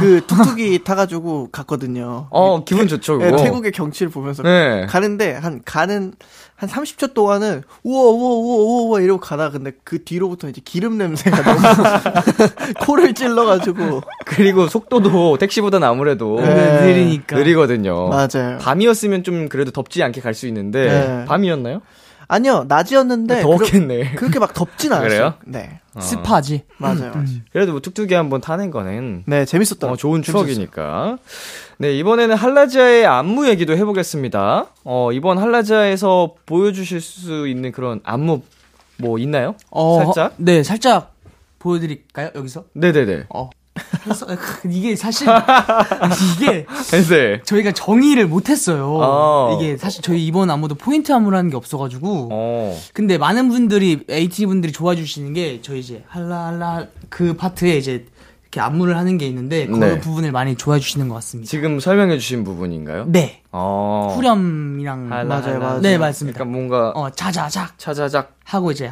Speaker 5: 그 툭툭이 타가지고 갔거든요.
Speaker 2: 어, 기분 좋죠,
Speaker 5: 네,
Speaker 2: 그거.
Speaker 5: 태국의 경치를 보면서
Speaker 2: 네.
Speaker 5: 가는데 한 가는 한 30초 동안은 우와 우와 우와 우와 우와 이러고 가다 근데 그 뒤로부터 이제 기름 냄새가 너무 코를 찔러가지고
Speaker 2: 그리고 속도도 택시보다는 아무래도
Speaker 5: 네.
Speaker 7: 느리니까.
Speaker 2: 느리거든요.
Speaker 5: 맞아요.
Speaker 2: 밤이었으면 좀 그래도 덥지 않게 갈 수 있는데
Speaker 5: 네.
Speaker 2: 밤이었나요?
Speaker 5: 아니요 낮이었는데
Speaker 2: 더웠겠네.
Speaker 5: 그렇게 막 덥진 않았어요.
Speaker 2: 그래요?
Speaker 5: 네
Speaker 7: 습하지. 음.
Speaker 5: 맞아요. 맞아요.
Speaker 2: 그래도 뭐 툭툭이 한번 타낸 거는
Speaker 5: 네 재밌었다.
Speaker 2: 어, 좋은 추억이니까. 네, 이번에는 한라자의 안무 얘기도 해보겠습니다. 어, 이번 한라자에서 보여주실 수 있는 그런 안무 뭐 있나요? 살짝?
Speaker 7: 네, 살짝 보여드릴까요? 여기서?
Speaker 2: 네네네.
Speaker 7: 어. 그래서 이게 사실 이게
Speaker 2: 네.
Speaker 7: 저희가 정의를 못했어요.
Speaker 2: 아.
Speaker 7: 이게 사실 저희 이번 안무도 포인트 안무라는 게 없어가지고.
Speaker 2: 어.
Speaker 7: 근데 많은 분들이 AT 분들이 좋아해 주시는 게 저희 이제 할라할라 그 파트에 이제 이렇게 안무를 하는 게 있는데 그
Speaker 2: 네.
Speaker 7: 부분을 많이 좋아해 주시는 것 같습니다.
Speaker 2: 지금 설명해주신 부분인가요?
Speaker 7: 네.
Speaker 2: 어.
Speaker 7: 후렴이랑
Speaker 2: 할라,
Speaker 5: 맞아요,
Speaker 2: 할라.
Speaker 5: 맞아요.
Speaker 7: 네, 맞습니다.
Speaker 2: 약간 뭔가
Speaker 7: 어, 자자작
Speaker 2: 차자작.
Speaker 7: 하고 이제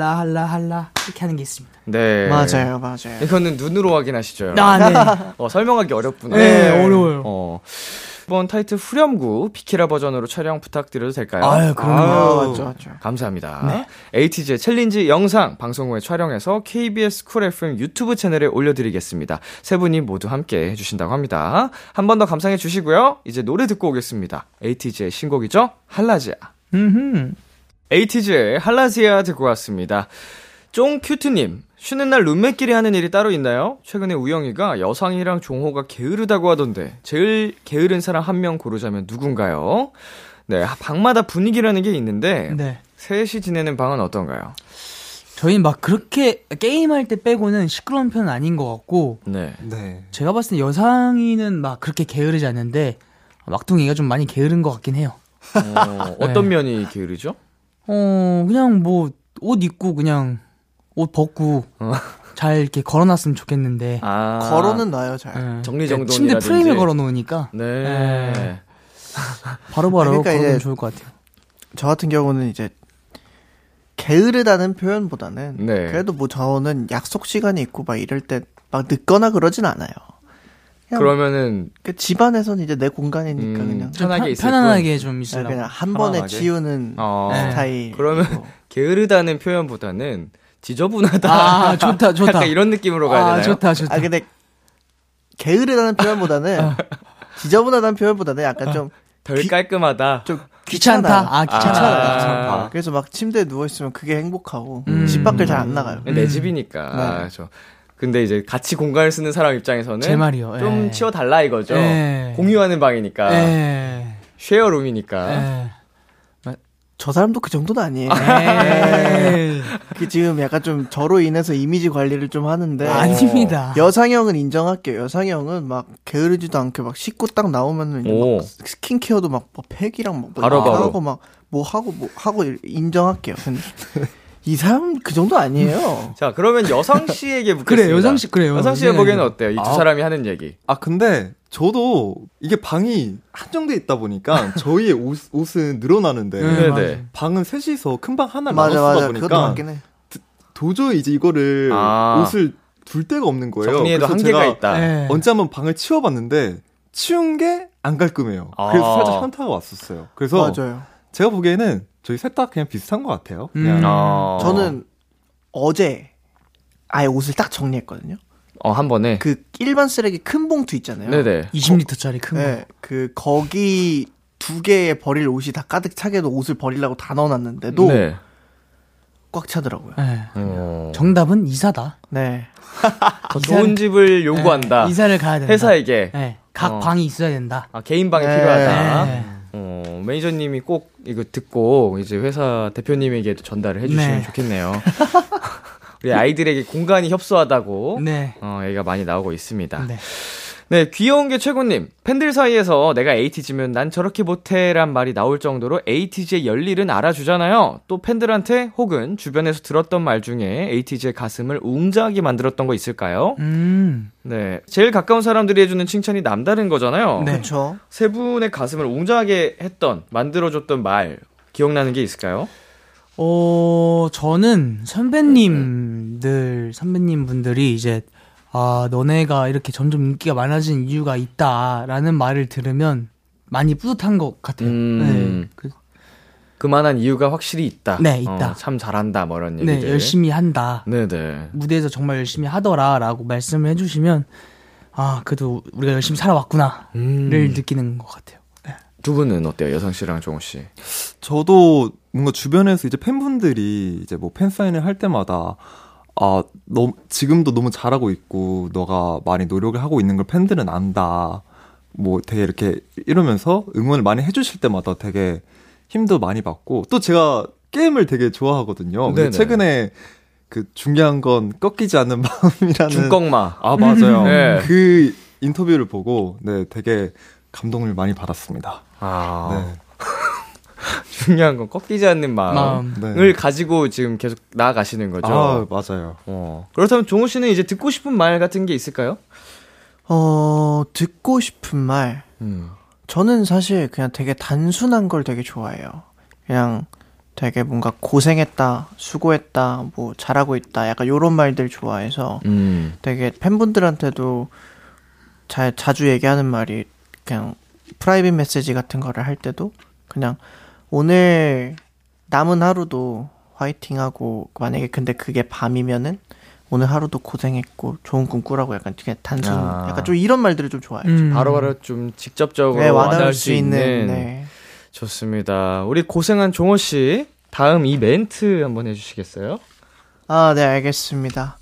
Speaker 7: 할라할라할라할라 이렇게 하는 게 있습니다.
Speaker 2: 네.
Speaker 5: 맞아요 맞아요.
Speaker 2: 이거는 눈으로 확인하시죠.
Speaker 7: 아, 네.
Speaker 2: 어, 설명하기 어렵구나.
Speaker 7: 네, 어려워요.
Speaker 2: 어. 이번 타이틀 후렴구 비키라 버전으로 촬영 부탁드려도 될까요?
Speaker 7: 아유, 그럼요. 네.
Speaker 2: 아유,
Speaker 5: 맞죠 맞죠.
Speaker 2: 감사합니다. ATJ 챌린지 영상 방송 후에 촬영해서 KBS 쿨 FM 유튜브 채널에 올려드리겠습니다. 세 분이 모두 함께 해주신다고 합니다. 한 번 더 감상해 주시고요. 이제 노래 듣고 오겠습니다. ATJ의 신곡이죠? 할라지아.
Speaker 7: 음흠.
Speaker 2: 에이티즈의 할라지아 듣고 왔습니다. 쫑큐트님, 쉬는 날 룸메끼리 하는 일이 따로 있나요? 최근에 우영이가 여상이랑 종호가 게으르다고 하던데, 제일 게으른 사람 한 명 고르자면 누군가요? 네, 방마다 분위기라는 게 있는데,
Speaker 7: 네.
Speaker 2: 셋이 지내는 방은 어떤가요?
Speaker 7: 저희 막 그렇게 게임할 때 빼고는 시끄러운 편은 아닌 것 같고
Speaker 2: 네.
Speaker 6: 네.
Speaker 7: 제가 봤을 때 여상이는 막 그렇게 게으르지 않는데 막둥이가 좀 많이 게으른 것 같긴 해요.
Speaker 2: 어, 어떤 면이 게으르죠?
Speaker 7: 어 그냥 뭐 옷 입고 그냥 옷 벗고 잘 이렇게 걸어놨으면 좋겠는데
Speaker 2: 어. 아. 네.
Speaker 5: 걸어는 놔요 잘.
Speaker 7: 예.
Speaker 2: 정리정돈이라든지.
Speaker 7: 침대 프레임에 걸어놓으니까
Speaker 2: 네.
Speaker 7: 예. 바로바로
Speaker 5: 그러니까
Speaker 7: 걸어놓으면
Speaker 5: 이제
Speaker 7: 좋을 것 같아요.
Speaker 5: 저 같은 경우는 이제 게으르다는 표현보다는
Speaker 2: 네.
Speaker 5: 그래도 뭐 저는 약속 시간이 있고 막 이럴 때 막 늦거나 그러진 않아요. 그냥
Speaker 2: 그러면은,
Speaker 5: 그 집안에서는 이제 내 공간이니까
Speaker 2: 음,
Speaker 5: 그러니까 그냥
Speaker 2: 좀 편하게
Speaker 7: 편-
Speaker 2: 있을
Speaker 7: 편안하게 좀
Speaker 5: 그냥,
Speaker 7: 있으려고
Speaker 5: 그냥 한 번에
Speaker 6: 편안하게.
Speaker 5: 치우는
Speaker 2: 어.
Speaker 5: 스타일.
Speaker 2: 그러면 게으르다는 표현보다는 지저분하다.
Speaker 7: 아, 좋다, 좋다.
Speaker 2: 약간 이런 느낌으로 가야 되나요?
Speaker 7: 아 좋다 좋다.
Speaker 5: 아 근데 게으르다는
Speaker 2: 어.
Speaker 5: 표현보다는 지저분하다는 표현보다는 약간 좀
Speaker 2: 덜
Speaker 5: 귀-
Speaker 2: 깔끔하다.
Speaker 5: 좀
Speaker 7: 귀찮다. 아 귀찮아.
Speaker 2: 아,
Speaker 5: 그래서 막 침대에 누워 있으면 그게 행복하고 집 밖을 잘 안 나가요.
Speaker 7: 음.
Speaker 2: 내 집이니까. 저. 근데 이제 같이 공간을 쓰는 사람 입장에서는
Speaker 7: 네. 제 말이요.
Speaker 2: 좀
Speaker 7: 예.
Speaker 2: 치워달라 이거죠.
Speaker 7: 예.
Speaker 2: 공유하는 방이니까.
Speaker 7: 에.
Speaker 2: 쉐어룸이니까.
Speaker 7: 에.
Speaker 5: 저 사람도 그 정도는 아니에요.
Speaker 7: 에이.
Speaker 5: 그 지금 약간 좀 저로 인해서 이미지 관리를 좀 하는데
Speaker 7: 아닙니다.
Speaker 5: 여상형은 인정할게요. 여상형은 막 게으르지도 않게 막 씻고 딱 나오면은 이제
Speaker 2: 오.
Speaker 5: 막 스킨케어도 막, 뭐 팩이랑 막
Speaker 2: 바로바로.
Speaker 5: 하고 막 뭐 하고 뭐 하고 인정할게요. 근데 이 사람 그 정도 아니에요.
Speaker 2: 자, 그러면 여성 씨에게 묻겠습니다.
Speaker 7: 그래, 여성 씨, 그래요.
Speaker 2: 여성 씨의
Speaker 7: 네.
Speaker 2: 보기에는 어때요? 이 두
Speaker 6: 아.
Speaker 2: 사람이 하는 얘기.
Speaker 6: 아 근데 저도 이게 방이 한정돼 있다 보니까 저희의 옷, 옷은 늘어나는데
Speaker 7: 네,
Speaker 2: 네네.
Speaker 7: 맞아요.
Speaker 6: 방은 셋이서 큰 방 하나
Speaker 5: 맞아
Speaker 6: 나눠 쓰다
Speaker 5: 맞아. 그것도
Speaker 6: 보니까
Speaker 5: 맞긴 해.
Speaker 6: 도저히 이제 이거를
Speaker 2: 아.
Speaker 6: 옷을 둘 데가 없는 거예요.
Speaker 2: 정리에도
Speaker 6: 그래서
Speaker 2: 한계가
Speaker 6: 제가
Speaker 2: 있다.
Speaker 7: 예.
Speaker 6: 언제 한번 방을 치워봤는데 치운 게 안 깔끔해요.
Speaker 2: 아.
Speaker 6: 그래서 살짝 현타가 왔었어요. 그래서
Speaker 5: 맞아요.
Speaker 6: 제가 보기에는 저희 셋 다 그냥 비슷한 것 같아요. 그냥
Speaker 7: 음.
Speaker 2: 어.
Speaker 5: 저는 어제 아예 옷을 딱 정리했거든요.
Speaker 2: 어, 한 번에.
Speaker 5: 그 일반 쓰레기 큰 봉투 있잖아요.
Speaker 2: 네네.
Speaker 7: 20리터짜리 큰 거.
Speaker 5: 네, 그 거기 두 개에 버릴 옷이 다 가득 차게도 옷을 버리려고 다 넣어놨는데도
Speaker 2: 네.
Speaker 5: 꽉 차더라고요.
Speaker 7: 네.
Speaker 2: 어.
Speaker 7: 정답은 이사다.
Speaker 5: 네,
Speaker 2: 더 아, 좋은 집을 요구한다.
Speaker 7: 네, 이사를 가야 된다.
Speaker 2: 회사에게.
Speaker 7: 네. 각
Speaker 2: 어.
Speaker 7: 방이 있어야 된다.
Speaker 2: 아, 개인 방이
Speaker 5: 네.
Speaker 2: 필요하다.
Speaker 7: 네.
Speaker 2: 어, 매니저님이 꼭 이거 듣고 이제 회사 대표님에게도 전달을 해주시면
Speaker 7: 네.
Speaker 2: 좋겠네요. 우리 아이들에게 공간이 협소하다고
Speaker 7: 네.
Speaker 2: 어, 얘기가 많이 나오고 있습니다.
Speaker 7: 네.
Speaker 2: 네, 귀여운 게 최고님. 팬들 사이에서 내가 ATG면 난 저렇게 못해란 말이 나올 정도로 ATG의 열일은 알아주잖아요. 또 팬들한테 혹은 주변에서 들었던 말 중에 ATG의 가슴을 웅장하게 만들었던 거 있을까요?
Speaker 7: 음.
Speaker 2: 네, 제일 가까운 사람들이 해주는 칭찬이 남다른 거잖아요.
Speaker 7: 네.
Speaker 5: 그렇죠.
Speaker 2: 세 분의 가슴을 웅장하게 했던 만들어줬던 말 기억나는 게 있을까요?
Speaker 7: 어, 저는 선배님들, 선배님 분들이 이제, 아, 너네가 이렇게 점점 인기가 많아진 이유가 있다, 라는 말을 들으면 많이 뿌듯한 것 같아요.
Speaker 2: 음.
Speaker 7: 네. 그-
Speaker 2: 그만한 이유가 확실히 있다.
Speaker 7: 네, 있다.
Speaker 2: 어, 참 잘한다, 뭐 이런
Speaker 7: 네,
Speaker 2: 얘기들.
Speaker 7: 열심히 한다.
Speaker 2: 네네.
Speaker 7: 무대에서 정말 열심히 하더라, 라고 말씀을 해주시면, 아, 그래도 우리가 열심히 살아왔구나,
Speaker 2: 음.
Speaker 7: 를 느끼는 것 같아요.
Speaker 2: 두 분은 어때요, 여성 씨랑 종호 씨?
Speaker 6: 저도 뭔가 주변에서 이제 팬분들이 이제 뭐 팬사인을 할 때마다 아, 너 지금도 너무 잘하고 있고 너가 많이 노력을 하고 있는 걸 팬들은 안다. 뭐 되게 이렇게 이러면서 응원을 많이 해주실 때마다 되게 힘도 많이 받고 또 제가 게임을 되게 좋아하거든요. 근데
Speaker 2: 네네.
Speaker 6: 최근에 그 중요한 건 꺾이지 않는 마음이라는
Speaker 2: 중꺾마.
Speaker 6: 아 맞아요.
Speaker 2: 네.
Speaker 6: 그 인터뷰를 보고 네 되게 감동을 많이 받았습니다.
Speaker 2: 아.
Speaker 6: 네.
Speaker 2: 중요한 건 꺾이지 않는 마음을
Speaker 7: 마음.
Speaker 6: 네.
Speaker 2: 가지고 지금 계속 나아가시는 거죠.
Speaker 6: 아 맞아요.
Speaker 2: 어. 그렇다면 종호 씨는 이제 듣고 싶은 말 같은 게 있을까요?
Speaker 5: 어 듣고 싶은 말.
Speaker 2: 음.
Speaker 5: 저는 사실 그냥 되게 단순한 걸 되게 좋아해요. 그냥 되게 뭔가 고생했다, 수고했다, 뭐 잘하고 있다, 약간 요런 말들 좋아해서
Speaker 2: 음.
Speaker 5: 되게 팬분들한테도 자, 자주 얘기하는 말이 그냥 프라이빗 메시지 같은 거를 할 때도 그냥 오늘 남은 하루도 화이팅하고 만약에 근데 그게 밤이면은 오늘 하루도 고생했고 좋은 꿈 꾸라고 약간 그냥 단순
Speaker 2: 아.
Speaker 5: 약간 좀 이런 말들을 좀 좋아해요.
Speaker 7: 음.
Speaker 2: 바로바로 좀 직접적으로
Speaker 5: 네,
Speaker 2: 와닿을
Speaker 5: 와닿을
Speaker 2: 수 있는.
Speaker 5: 네.
Speaker 2: 좋습니다. 우리 고생한 종호 씨 다음 이 멘트 한번 해주시겠어요?
Speaker 5: 아, 네, 알겠습니다.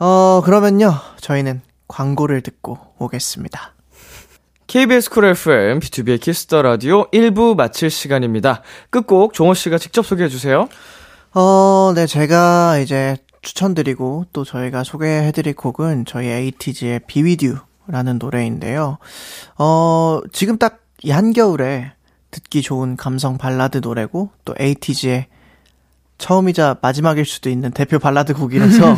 Speaker 5: 어, 그러면요. 저희는 광고를 듣고 오겠습니다.
Speaker 2: KBS 쿨 FM B2B의 키스터 라디오 1부 마칠 시간입니다. 끝곡 종호 씨가 직접 소개해 주세요.
Speaker 5: 어, 네, 제가 이제 추천드리고 또 저희가 소개해드릴 곡은 저희 에이티즈의 Be With You라는 노래인데요. 어, 지금 딱 이 한겨울에 듣기 좋은 감성 발라드 노래고 또 에이티즈의 처음이자 마지막일 수도 있는 대표 발라드 곡이라서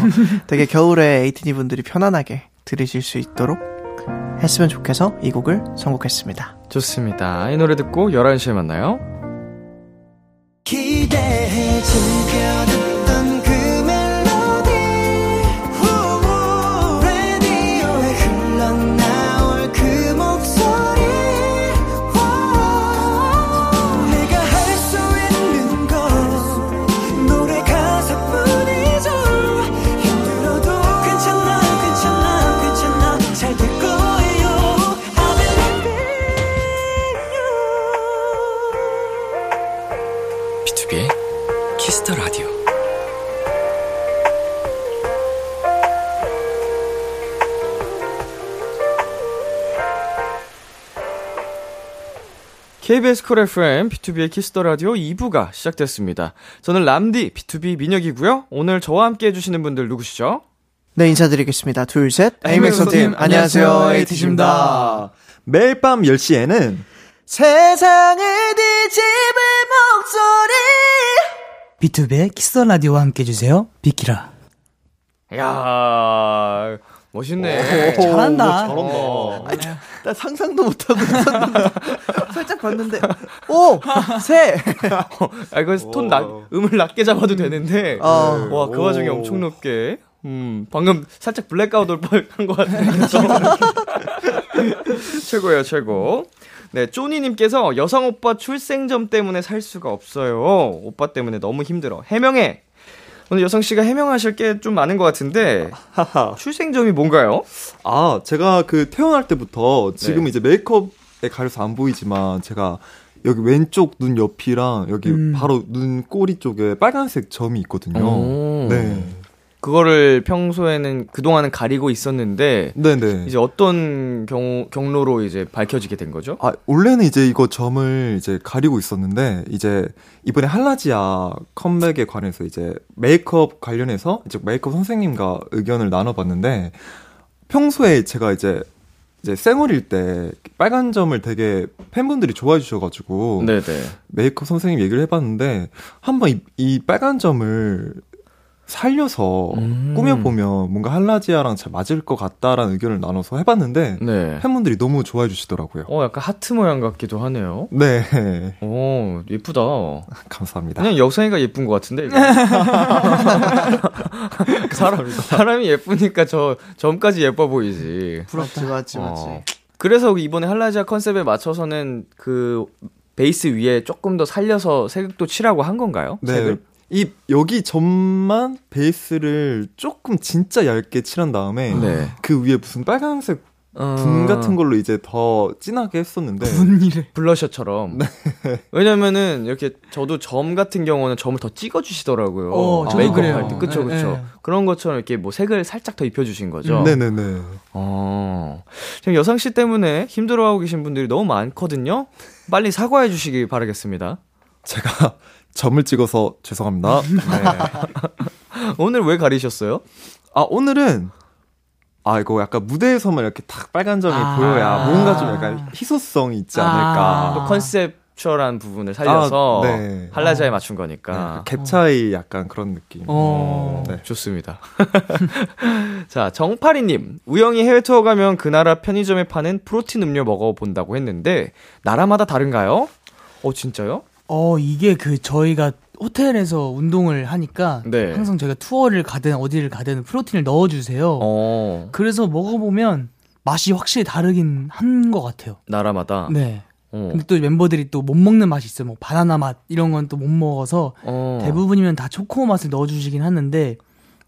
Speaker 5: 되게 겨울에 에이티즈 분들이 편안하게 들으실 수 있도록 했으면 좋겠어 이 곡을 선곡했습니다.
Speaker 2: 좋습니다. 이 노래 듣고 11시에 만나요.
Speaker 3: 기대해 즐겨 듣던 그 멜로디 후, 라디오에 흘러나올 그 목소리 와, 내가 할 수 있는 건 노래 가사뿐이죠 힘들어도 괜찮아 괜찮아 괜찮아 잘 될 거예요 I believe in you
Speaker 1: B2B의 키스터 라디오.
Speaker 2: KBS 쿨 FM B2B의 키스터 라디오 2부가 시작됐습니다. 저는 람디 B2B 민혁이고요. 오늘 저와 함께 해 주시는 분들 누구시죠?
Speaker 5: 네, 인사드리겠습니다. 둘, 셋. 에이맥스 팀. 안녕하세요. 에이티즈입니다.
Speaker 6: 매일 밤 10시에는
Speaker 5: 세상을 네 뒤집을 목소리.
Speaker 7: 비투비의 키스 라디오와 함께 해주세요. 비키라.
Speaker 2: 야 멋있네.
Speaker 5: 어,
Speaker 7: 잘한다.
Speaker 5: 나 상상도 못하고 있었는데. 살짝 봤는데. 오! 세!
Speaker 2: 아, 이거 톤 낮, 음을 낮게 잡아도
Speaker 6: 음.
Speaker 2: 되는데.
Speaker 5: 어.
Speaker 2: 와, 그 와중에 엄청 높게. 음, 방금 살짝 블랙아웃 올 뻔한 것 같은데. 최고예요, 최고. 네, 쪼니님께서 여성 오빠 출생점 때문에 살 수가 없어요. 오빠 때문에 너무 힘들어. 해명해. 오늘 여성 씨가 해명하실 게 좀 많은 것 같은데
Speaker 6: 하하.
Speaker 2: 출생점이 뭔가요?
Speaker 6: 아, 제가 그 태어날 때부터 지금
Speaker 5: 네.
Speaker 6: 이제 메이크업에 가려서 안 보이지만 제가 여기 왼쪽 눈 옆이랑 여기
Speaker 5: 음.
Speaker 6: 바로 눈 꼬리 쪽에 빨간색 점이 있거든요.
Speaker 2: 오.
Speaker 6: 네.
Speaker 2: 그거를 평소에는 그동안은 가리고 있었는데
Speaker 6: 네네.
Speaker 2: 이제 어떤 경우, 경로로 이제 밝혀지게 된 거죠?
Speaker 6: 아, 원래는 이제 이거 점을 이제 가리고 있었는데, 이제 이번에 할라지아 컴백에 관해서 이제 메이크업 관련해서 이제 메이크업 선생님과 의견을 나눠봤는데, 평소에 제가 이제 이제 생얼일 때 빨간 점을 되게 팬분들이 좋아해 주셔가지고
Speaker 2: 네네.
Speaker 6: 메이크업 선생님 얘기를 해봤는데 한번 이, 이 빨간 점을 살려서
Speaker 2: 음.
Speaker 6: 꾸며보면 뭔가 할라지아랑 잘 맞을 것 같다라는 의견을 나눠서 해봤는데
Speaker 2: 네.
Speaker 6: 팬분들이 너무 좋아해 주시더라고요.
Speaker 2: 어, 약간 하트 모양 같기도 하네요.
Speaker 6: 네,
Speaker 2: 오, 예쁘다.
Speaker 6: 감사합니다.
Speaker 2: 그냥 여성이가 예쁜 것 같은데. 이거. 사람, 사람이 예쁘니까 저 점까지 예뻐 보이지.
Speaker 5: 부럽지, 맞지, 맞지.
Speaker 2: 어. 그래서 이번에 할라지아 컨셉에 맞춰서는 그 베이스 위에 조금 더 살려서 색도 칠하고 한 건가요?
Speaker 6: 네,
Speaker 2: 색을?
Speaker 6: 이 여기 점만 베이스를 조금 진짜 얇게 칠한 다음에
Speaker 2: 네. 음.
Speaker 6: 그 위에 무슨 빨간색 그 분 같은 걸로 이제 더 진하게 했었는데
Speaker 2: 블러셔처럼.
Speaker 6: 네.
Speaker 2: 왜냐면은 이렇게 저도 점 같은 경우는 점을 더 찍어 주시더라고요.
Speaker 7: 어, 저도
Speaker 2: 메이크업
Speaker 7: 그래요.
Speaker 2: 할 때. 그쵸
Speaker 7: 네,
Speaker 2: 그쵸.
Speaker 7: 네.
Speaker 2: 그런 것처럼 이렇게 뭐 색을 살짝 더 입혀 주신 거죠.
Speaker 6: 네네네.
Speaker 2: 어. 지금 여상 씨 때문에 힘들어하고 계신 분들이 너무 많거든요. 빨리 사과해 주시기 바라겠습니다.
Speaker 6: 제가 점을 찍어서 죄송합니다.
Speaker 2: 오늘 왜 가리셨어요?
Speaker 6: 아 오늘은 아 이거 약간 무대에서만 이렇게 탁 빨간 점이
Speaker 7: 아.
Speaker 6: 보여야 뭔가 좀 약간 희소성이 있지
Speaker 2: 또
Speaker 7: 아.
Speaker 6: 않을까.
Speaker 2: 컨셉츄얼한 부분을 살려서
Speaker 6: 아, 네.
Speaker 2: 한라자에 맞춘
Speaker 6: 네,
Speaker 2: 거니까.
Speaker 6: 갭 차이 약간 그런 느낌.
Speaker 7: 어.
Speaker 6: 네.
Speaker 2: 좋습니다. 자, 정파리님. 우영이 해외 투어 가면 그 나라 편의점에 파는 프로틴 음료 먹어본다고 했는데, 나라마다 다른가요? 어, 진짜요?
Speaker 7: 어, 이게 그 저희가 호텔에서 운동을 하니까
Speaker 2: 네.
Speaker 7: 항상 저희가 투어를 가든 어디를 가든 프로틴을 넣어주세요.
Speaker 2: 어,
Speaker 7: 그래서 먹어보면 맛이 확실히 다르긴 한 것 같아요.
Speaker 2: 나라마다.
Speaker 7: 네.
Speaker 2: 어.
Speaker 7: 근데 또 멤버들이 또 못 먹는 맛이 있어요. 뭐 바나나 맛 이런 건 또 못 먹어서
Speaker 2: 어.
Speaker 7: 대부분이면 다 초코 맛을 넣어주시긴 하는데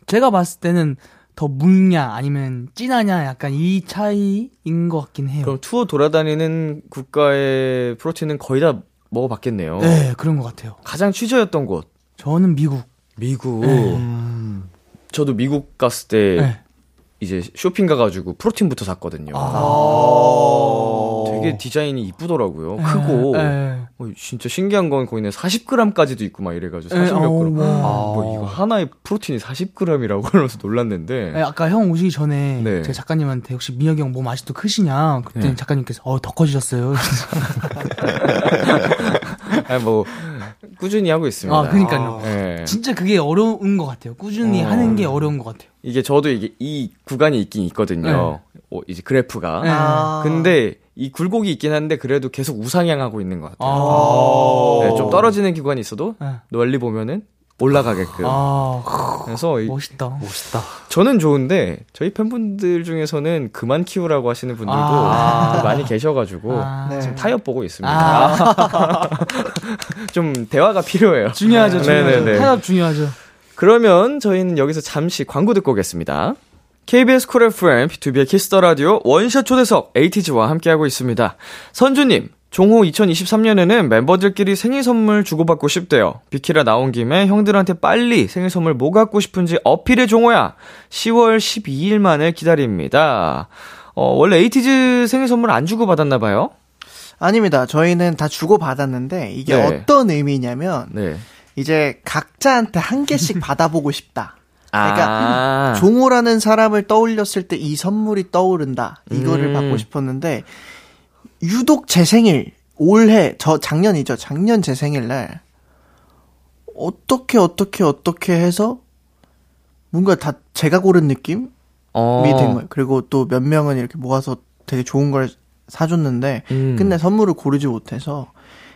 Speaker 7: 제가 봤을 때는 더 묵냐 아니면 진하냐 약간 이 차이인 것 같긴 해요.
Speaker 2: 그럼 투어 돌아다니는 국가의 프로틴은 거의 다 먹어봤겠네요.
Speaker 7: 네 그런 것 같아요.
Speaker 2: 가장 취저였던 곳.
Speaker 7: 저는 미국.
Speaker 2: 미국.
Speaker 6: 음.
Speaker 2: 저도 미국 갔을 때
Speaker 7: 네.
Speaker 2: 이제 쇼핑 가가지고 프로틴부터 샀거든요. 되게 디자인이 이쁘더라고요. 크고.
Speaker 7: 아. 네.
Speaker 2: 어, 진짜 신기한 건 거기는 40g까지도 있고 막 이래가지고 40몇
Speaker 7: 네,
Speaker 2: g.
Speaker 7: 어,
Speaker 6: 아.
Speaker 7: 와.
Speaker 2: 뭐 이거 하나의 프로틴이 40g이라고 그러면서 놀랐는데.
Speaker 7: 네, 아까 형 오시기 전에
Speaker 2: 예. 네.
Speaker 7: 제가 작가님한테 혹시 민혁이 형 몸 아직도 크시냐 그때
Speaker 2: 네.
Speaker 7: 작가님께서 어 더 커지셨어요.
Speaker 2: 아니 뭐 꾸준히 하고 있습니다.
Speaker 7: 아 그니까요.
Speaker 2: 예.
Speaker 7: 진짜 그게 어려운 것 같아요. 꾸준히
Speaker 2: 어.
Speaker 7: 하는 게 어려운 것 같아요.
Speaker 2: 이게 저도 이게 이 구간이 있긴 있거든요. 어, 이제 그래프가.
Speaker 7: 네.
Speaker 5: 아.
Speaker 2: 근데 이 굴곡이 있긴 한데 그래도 계속 우상향하고 있는 것 같아요. 네, 좀 떨어지는 기관이 있어도
Speaker 7: 네.
Speaker 2: 널리 보면은 올라가게끔.
Speaker 7: 아,
Speaker 2: 그래서 이-
Speaker 7: 멋있다.
Speaker 6: 멋있다.
Speaker 2: 저는 좋은데 저희 팬분들 중에서는 그만 키우라고 하시는 분들도
Speaker 7: 아.
Speaker 2: 좀 많이 계셔가지고
Speaker 7: 아.
Speaker 5: 네.
Speaker 2: 지금 타협 보고 있습니다.
Speaker 7: 아,
Speaker 2: 좀 대화가 필요해요.
Speaker 7: 중요하죠, 중요하죠.
Speaker 2: 네네네.
Speaker 7: 타협 중요하죠.
Speaker 2: 그러면 저희는 여기서 잠시 광고 듣고 오겠습니다. KBS 쿨 FM, B2B의 키스터 라디오 원샷 초대석 에이티즈와 함께하고 있습니다. 선주님, 종호 2023년에는 멤버들끼리 생일 선물 주고받고 싶대요. 비키라 나온 김에 형들한테 빨리 생일 선물 뭐 갖고 싶은지 어필해 종호야. 10월 12일만을 기다립니다. 어, 원래 에이티즈 생일 선물 안 주고받았나 봐요?
Speaker 5: 아닙니다. 저희는 다 주고 받았는데 이게
Speaker 2: 네.
Speaker 5: 어떤 의미냐면
Speaker 2: 네.
Speaker 5: 이제 각자한테 한 개씩 받아보고 싶다.
Speaker 2: 아.
Speaker 5: 그러니까 종호라는 사람을 떠올렸을 때 이 선물이 떠오른다. 이거를
Speaker 2: 음.
Speaker 5: 받고 싶었는데 유독 제 생일 올해 저 작년이죠. 작년 제 생일날 어떻게 어떻게 어떻게 해서 뭔가 다 제가 고른 느낌이
Speaker 2: 어.
Speaker 5: 된 거예요. 그리고 또 몇 명은 이렇게 모아서 되게 좋은 걸 사줬는데
Speaker 2: 음.
Speaker 5: 근데 선물을 고르지 못해서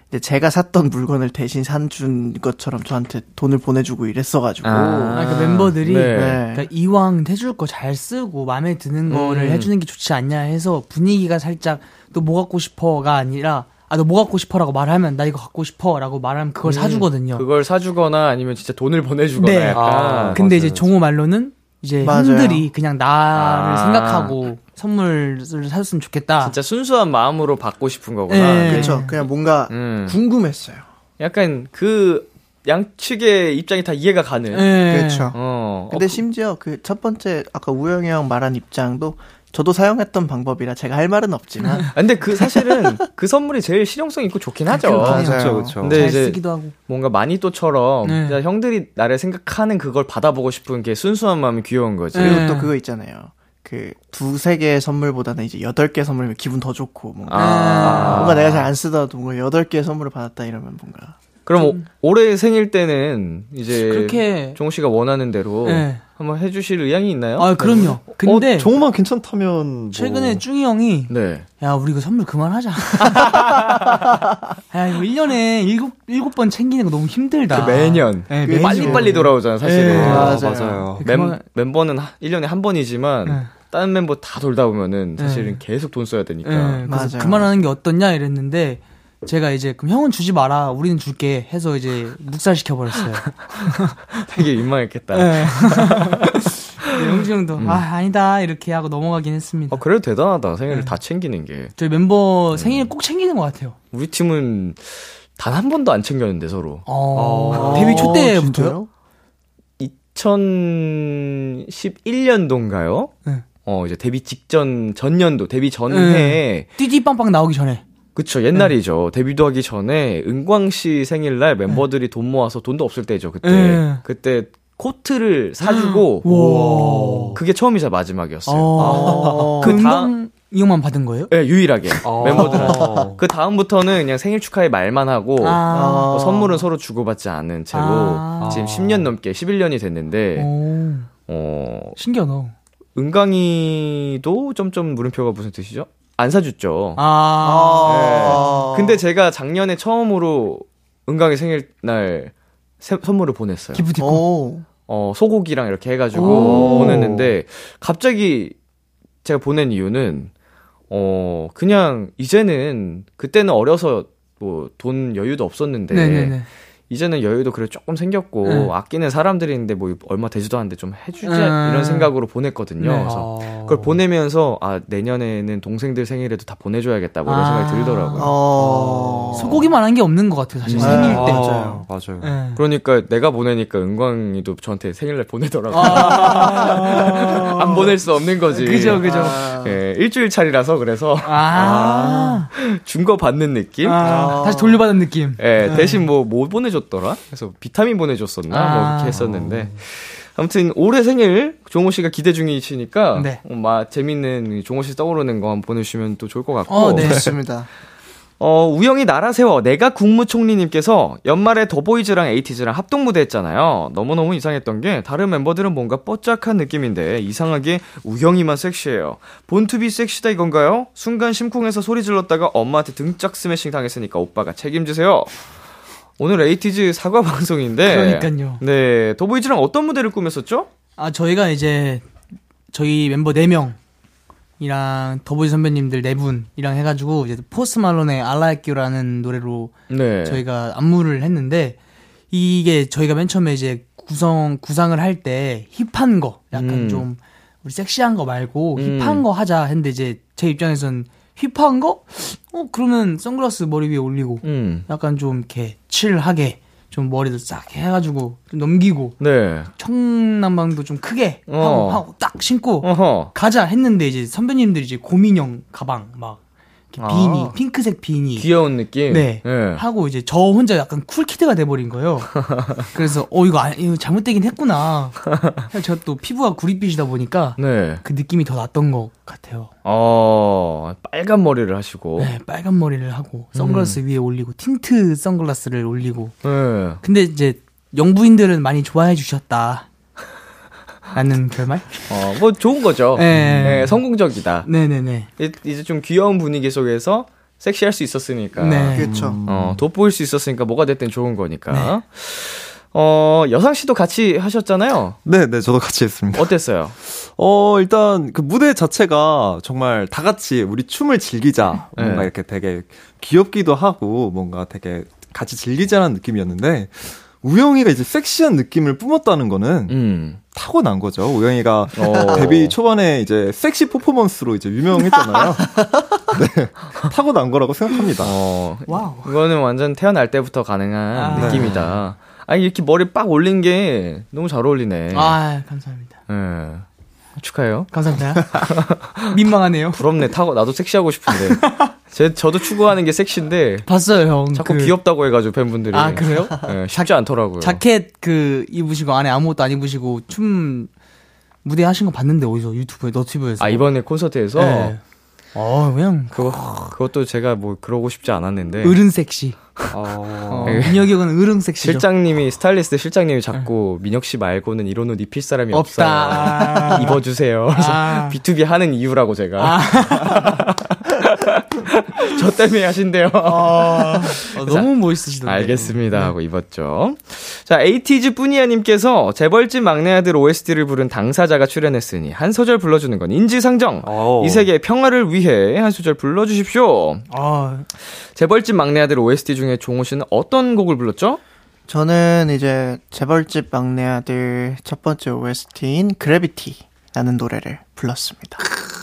Speaker 5: 이제 이제 제가 샀던 물건을 대신 산준 것처럼 저한테 돈을 보내주고 이랬어가지고
Speaker 2: 아.
Speaker 7: 그러니까 멤버들이
Speaker 2: 네.
Speaker 7: 그러니까 이왕 해줄 거 잘 쓰고 마음에 드는 거를
Speaker 2: 음.
Speaker 7: 해주는 게 좋지 않냐 해서 분위기가 살짝 너 뭐 갖고 싶어가 아니라 아 너 뭐 갖고 싶어라고 말하면 나 이거 갖고 싶어라고 말하면
Speaker 2: 음.
Speaker 7: 그걸 사주거든요.
Speaker 2: 그걸 사주거나 아니면 진짜 돈을 보내주거나.
Speaker 7: 네.
Speaker 2: 약간.
Speaker 7: 근데
Speaker 6: 맞아요,
Speaker 7: 이제
Speaker 6: 맞아요.
Speaker 7: 종호 말로는 이제
Speaker 5: 맞아요.
Speaker 7: 형들이 그냥 나를
Speaker 2: 아.
Speaker 7: 생각하고 선물을 사줬으면 좋겠다.
Speaker 2: 진짜 순수한 마음으로 받고 싶은
Speaker 7: 아. 네.
Speaker 2: 거구나.
Speaker 5: 그렇죠. 그냥 뭔가
Speaker 2: 음.
Speaker 5: 궁금했어요.
Speaker 2: 약간 그 양측의 입장이 다 이해가 가는.
Speaker 7: 예.
Speaker 5: 그렇죠.
Speaker 2: 어.
Speaker 5: 근데 심지어 그 첫 번째 아까 우영이 형 말한 입장도 저도 사용했던 방법이라 제가 할 말은 없지만
Speaker 2: 아, 근데 그 사실은 그 선물이 제일 실용성 있고 좋긴 하죠.
Speaker 5: 그렇긴 해요.
Speaker 6: 그렇죠,
Speaker 5: 맞아요.
Speaker 6: 그렇죠.
Speaker 2: 근데
Speaker 7: 잘
Speaker 2: 이제
Speaker 7: 쓰기도 하고.
Speaker 2: 뭔가 마니또처럼
Speaker 7: 네.
Speaker 2: 진짜 형들이 나를 생각하는 그걸 받아보고 싶은 게 순수한 마음이 귀여운 거지.
Speaker 7: 네.
Speaker 5: 그리고 또 그거 있잖아요. 그 두세 개의 선물보다는 이제 여덟 개 선물이면 기분 더 좋고 뭔가
Speaker 2: 아.
Speaker 5: 뭔가 내가 잘 안 쓰다도 뭔가 여덟 개의 선물을 받았다 이러면 뭔가
Speaker 2: 그럼 오- 올해 생일 때는 이제
Speaker 7: 예. 그렇게-
Speaker 2: 종우 씨가 원하는 대로
Speaker 7: 네.
Speaker 2: 한번 해주실 의향이 있나요? 네.
Speaker 7: 아 그럼요. 근데
Speaker 6: 어, 정우만 괜찮다면 뭐.
Speaker 7: 최근에 쭈이 형이
Speaker 2: 네.
Speaker 7: 야, 우리 이거 선물 그만하자. 야, 이거 1년에 일곱, 일곱 번 챙기는 거 너무 힘들다.
Speaker 2: 매년.
Speaker 7: 예,
Speaker 5: 그
Speaker 7: 매년.
Speaker 2: 빨리빨리 돌아오잖아, 사실은.
Speaker 7: 네.
Speaker 6: 아,
Speaker 5: 맞아요.
Speaker 6: 맞아요.
Speaker 2: 멤,
Speaker 7: 그만-
Speaker 2: 멤버는 1년에 한 번이지만
Speaker 7: 네.
Speaker 2: 다른 멤버 다 돌다 보면은 사실은
Speaker 7: 네.
Speaker 2: 계속 돈 써야 되니까.
Speaker 7: 예, 그래서
Speaker 5: 맞아요.
Speaker 7: 그만하는 게 어떻냐 이랬는데, 제가 이제, 그럼 형은 주지 마라. 우리는 줄게. 해서 이제 묵살시켜버렸어요.
Speaker 2: 되게 민망했겠다.
Speaker 7: 예. 근데 영주 형도, 아, 아니다. 이렇게 하고 넘어가긴 네. 했습니다.
Speaker 2: 아, 그래도 대단하다.
Speaker 7: 네.
Speaker 2: 생일을 다 챙기는 게.
Speaker 7: 저희 멤버 생일 꼭 챙기는 것 같아요.
Speaker 2: 우리 팀은 단 한 번도 안 챙겼는데 서로.
Speaker 7: 어, 아,
Speaker 6: 어.
Speaker 7: 데뷔
Speaker 5: 어,
Speaker 7: 초 때부터요?
Speaker 5: 진짜요?
Speaker 2: 2011년도인가요?
Speaker 7: 네.
Speaker 2: 어, 이제 데뷔 직전 전년도 데뷔
Speaker 7: 네.
Speaker 2: 전해.
Speaker 7: 띠띠빵빵 나오기 전에.
Speaker 2: 그쵸 옛날이죠. 데뷔도 하기 전에 은광 씨 생일날 멤버들이 돈 모아서 돈도 없을 때죠. 그때.
Speaker 7: 네.
Speaker 2: 그때 코트를 사주고
Speaker 7: 와.
Speaker 2: 그게 처음이자 마지막이었어요.
Speaker 7: 어,
Speaker 2: 그
Speaker 7: 그
Speaker 2: 다음-
Speaker 7: 다음 이용만 받은 거예요?
Speaker 2: 예, 유일하게
Speaker 6: 아.
Speaker 2: 멤버들한테. 그 다음부터는 그냥 생일 축하의 말만 하고
Speaker 7: 어. 아.
Speaker 2: 어, 선물은 서로 주고받지 않은 채로
Speaker 7: 아.
Speaker 2: 지금 10년 넘게 11년이
Speaker 7: 네.
Speaker 2: 됐는데
Speaker 7: 오,
Speaker 2: 어
Speaker 7: 신기하다.
Speaker 2: 은강이도 점점 물음표가 무슨 뜻이죠? 안 사줬죠.
Speaker 5: 네.
Speaker 7: 아.
Speaker 5: 아.
Speaker 2: 근데 제가 작년에 처음으로 은강이 생일날 세- 선물을 보냈어요.
Speaker 7: 기프티콘.
Speaker 5: 오.
Speaker 2: 어, 소고기랑 이렇게 해가지고
Speaker 7: 오.
Speaker 2: 보냈는데, 갑자기 제가 보낸 이유는, 어, 그냥, 이제는, 그때는 어려서, 뭐, 돈 여유도 없었는데,
Speaker 7: 네네네.
Speaker 2: 이제는 여유도 그래 조금 생겼고,
Speaker 7: 네.
Speaker 2: 아끼는 사람들이 있는데, 뭐, 얼마 되지도 않는데 좀 해주자,
Speaker 7: 음.
Speaker 2: 이런 생각으로 보냈거든요.
Speaker 7: 네.
Speaker 2: 그래서, 그걸 보내면서, 아, 내년에는 동생들 생일에도 다 보내줘야겠다고, 뭐 이런
Speaker 7: 아.
Speaker 2: 생각이 들더라고요.
Speaker 5: 어.
Speaker 7: 소고기만 한 게 없는 것 네. 같아요, 사실.
Speaker 5: 음.
Speaker 7: 생일 때.
Speaker 6: 네, 맞아요. 맞아요.
Speaker 7: 예.
Speaker 2: 그러니까 내가 보내니까 은광이도 저한테 생일날 보내더라고요. 안 보낼 수 없는 거지.
Speaker 7: 아. 그죠, 그죠.
Speaker 2: 예, 일주일 차리라서 그래서
Speaker 7: 아.
Speaker 2: 준 거 받는 느낌?
Speaker 7: 아. 다시 돌려받은 느낌.
Speaker 2: 예, 대신 뭐, 뭐 보내줬더라? 그래서 비타민 보내줬었나? 뭐
Speaker 7: 아.
Speaker 2: 이렇게 했었는데. 아무튼 올해 생일 종호 씨가 기대 중이시니까
Speaker 7: 네.
Speaker 2: 어, 막 재밌는 종호 씨 떠오르는 거 한번 보내주시면 또 좋을 것 같고
Speaker 7: 어, 네.
Speaker 5: 좋습니다.
Speaker 2: 어, 우영이 나라 세워 내가 국무총리님께서 연말에 더보이즈랑 에이티즈랑 합동 무대 했잖아요. 너무너무 이상했던 게 다른 멤버들은 뭔가 뻗짝한 느낌인데 이상하게 우영이만 섹시해요. 본투비 섹시다 이건가요? 순간 심쿵해서 소리 질렀다가 엄마한테 등짝 스매싱 당했으니까 오빠가 책임지세요. 오늘 에이티즈 사과 방송인데
Speaker 7: 그러니까요.
Speaker 2: 네, 더보이즈랑 어떤 무대를 꾸몄었죠?
Speaker 7: 아, 저희가 이제, 저희 멤버 4명. 이랑 더보이 선배님들 네 분이랑 해가지고 이제 포스 말론의 알라이큐라는 노래로
Speaker 2: 네.
Speaker 7: 저희가 안무를 했는데 이게 저희가 맨 처음에 이제 구성 구상을 할 때 힙한 거 약간
Speaker 2: 음.
Speaker 7: 좀 우리 섹시한 거 말고
Speaker 2: 음.
Speaker 7: 힙한 거 하자 했는데 이제 제 입장에선 힙한 거? 어 그러면 선글라스 머리 위에 올리고
Speaker 2: 음.
Speaker 7: 약간 좀 이렇게 칠하게 좀 머리도 싹 해가지고 좀 넘기고
Speaker 2: 네.
Speaker 7: 청남방도 좀 크게
Speaker 2: 어.
Speaker 7: 하고 하고 딱 신고
Speaker 2: 어허.
Speaker 7: 가자 했는데 이제 선배님들이 이제 고민형 가방 막 이렇게 비니
Speaker 2: 아.
Speaker 7: 핑크색 비니
Speaker 2: 귀여운 느낌.
Speaker 7: 네.
Speaker 2: 예.
Speaker 7: 하고 이제 저 혼자 약간 쿨키드가 돼버린 거예요. 그래서 어 이거, 안- 이거 잘못되긴 했구나. 그래서 제가 또 피부가 구릿빛이다 보니까
Speaker 2: 네.
Speaker 7: 그 느낌이 더 났던 것 같아요.
Speaker 2: 어, 빨간 머리를 하시고.
Speaker 7: 네, 빨간 머리를 하고 선글라스
Speaker 2: 음.
Speaker 7: 위에 올리고 틴트 선글라스를 올리고.
Speaker 2: 네.
Speaker 7: 근데 이제 영부인들은 많이 좋아해 주셨다. 라는 결말?
Speaker 2: 어, 뭐 좋은 거죠.
Speaker 7: 네.
Speaker 2: 네, 성공적이다.
Speaker 7: 네네네.
Speaker 2: 이- 이제 좀 귀여운 분위기 속에서 섹시할 수 있었으니까.
Speaker 7: 네.
Speaker 5: 그렇죠.
Speaker 2: 어, 돋보일 수 있었으니까 뭐가 됐든 좋은 거니까. 어, 여상 씨도 같이 하셨잖아요.
Speaker 6: 네, 네, 저도 같이 했습니다.
Speaker 2: 어땠어요?
Speaker 6: 어, 일단 그 무대 자체가 정말 다 같이 우리 춤을 즐기자. 뭔가
Speaker 2: 네.
Speaker 6: 이렇게 되게 귀엽기도 하고 뭔가 되게 같이 즐기자라는 느낌이었는데 우영이가 이제 섹시한 느낌을 뿜었다는 거는
Speaker 2: 음.
Speaker 6: 타고난 거죠. 우영이가
Speaker 2: 어.
Speaker 6: 데뷔 초반에 이제 섹시 퍼포먼스로 이제 유명했잖아요. 네, 타고난 거라고 생각합니다.
Speaker 2: 어,
Speaker 7: 와우.
Speaker 2: 이거는 완전 태어날 때부터 가능한
Speaker 7: 아.
Speaker 2: 느낌이다. 아니, 이렇게 머리 빡 올린 게 너무 잘 어울리네.
Speaker 7: 아 감사합니다.
Speaker 2: 예. 축하해요.
Speaker 7: 감사합니다. 민망하네요.
Speaker 2: 부럽네. 타고, 나도 섹시하고 싶은데. 제, 저도 추구하는 게 섹시인데,
Speaker 7: 봤어요 형.
Speaker 2: 자꾸
Speaker 7: 그-
Speaker 2: 귀엽다고 해가지고 팬분들이.
Speaker 7: 아 그래요?
Speaker 2: 예, 쉽지 않더라고요.
Speaker 7: 자켓 그 입으시고 안에 아무것도 안 입으시고 춤 무대 하신 거 봤는데 어디서 유튜브에 너튜브에서.
Speaker 2: 아, 이번에 콘서트에서
Speaker 7: 네. 어 그냥
Speaker 2: 그거, 그것도 제가 뭐 그러고 싶지 않았는데.
Speaker 7: 으른 섹시.
Speaker 6: 어,
Speaker 7: 어, 민혁이 형은 으른 섹시죠.
Speaker 2: 네. 실장님이, 스타일리스트 실장님이
Speaker 7: 네.
Speaker 2: 자꾸 민혁 씨 말고는 이런 옷 입힐 사람이 없어요.
Speaker 7: 없다.
Speaker 2: 입어주세요. 그래서
Speaker 7: 아.
Speaker 2: B2B 하는 이유라고 제가. 저 때문에 하신대요.
Speaker 7: 어, 너무
Speaker 5: 네.
Speaker 7: 멋있으시던데.
Speaker 2: 알겠습니다 하고 입었죠. 자, 에이티즈 뿌니아님께서 재벌집 막내 아들 OST를 부른 당사자가 출연했으니 한 소절 불러주는 건 인지상정.
Speaker 6: 오.
Speaker 2: 이 세계의 평화를 위해 한 소절 불러주십시오.
Speaker 7: 아,
Speaker 2: 재벌집 막내 아들 OST 중에 종호 씨는 어떤 곡을 불렀죠?
Speaker 5: 저는 이제 재벌집 막내 아들 첫 번째 OST인 그래비티라는 노래를 불렀습니다.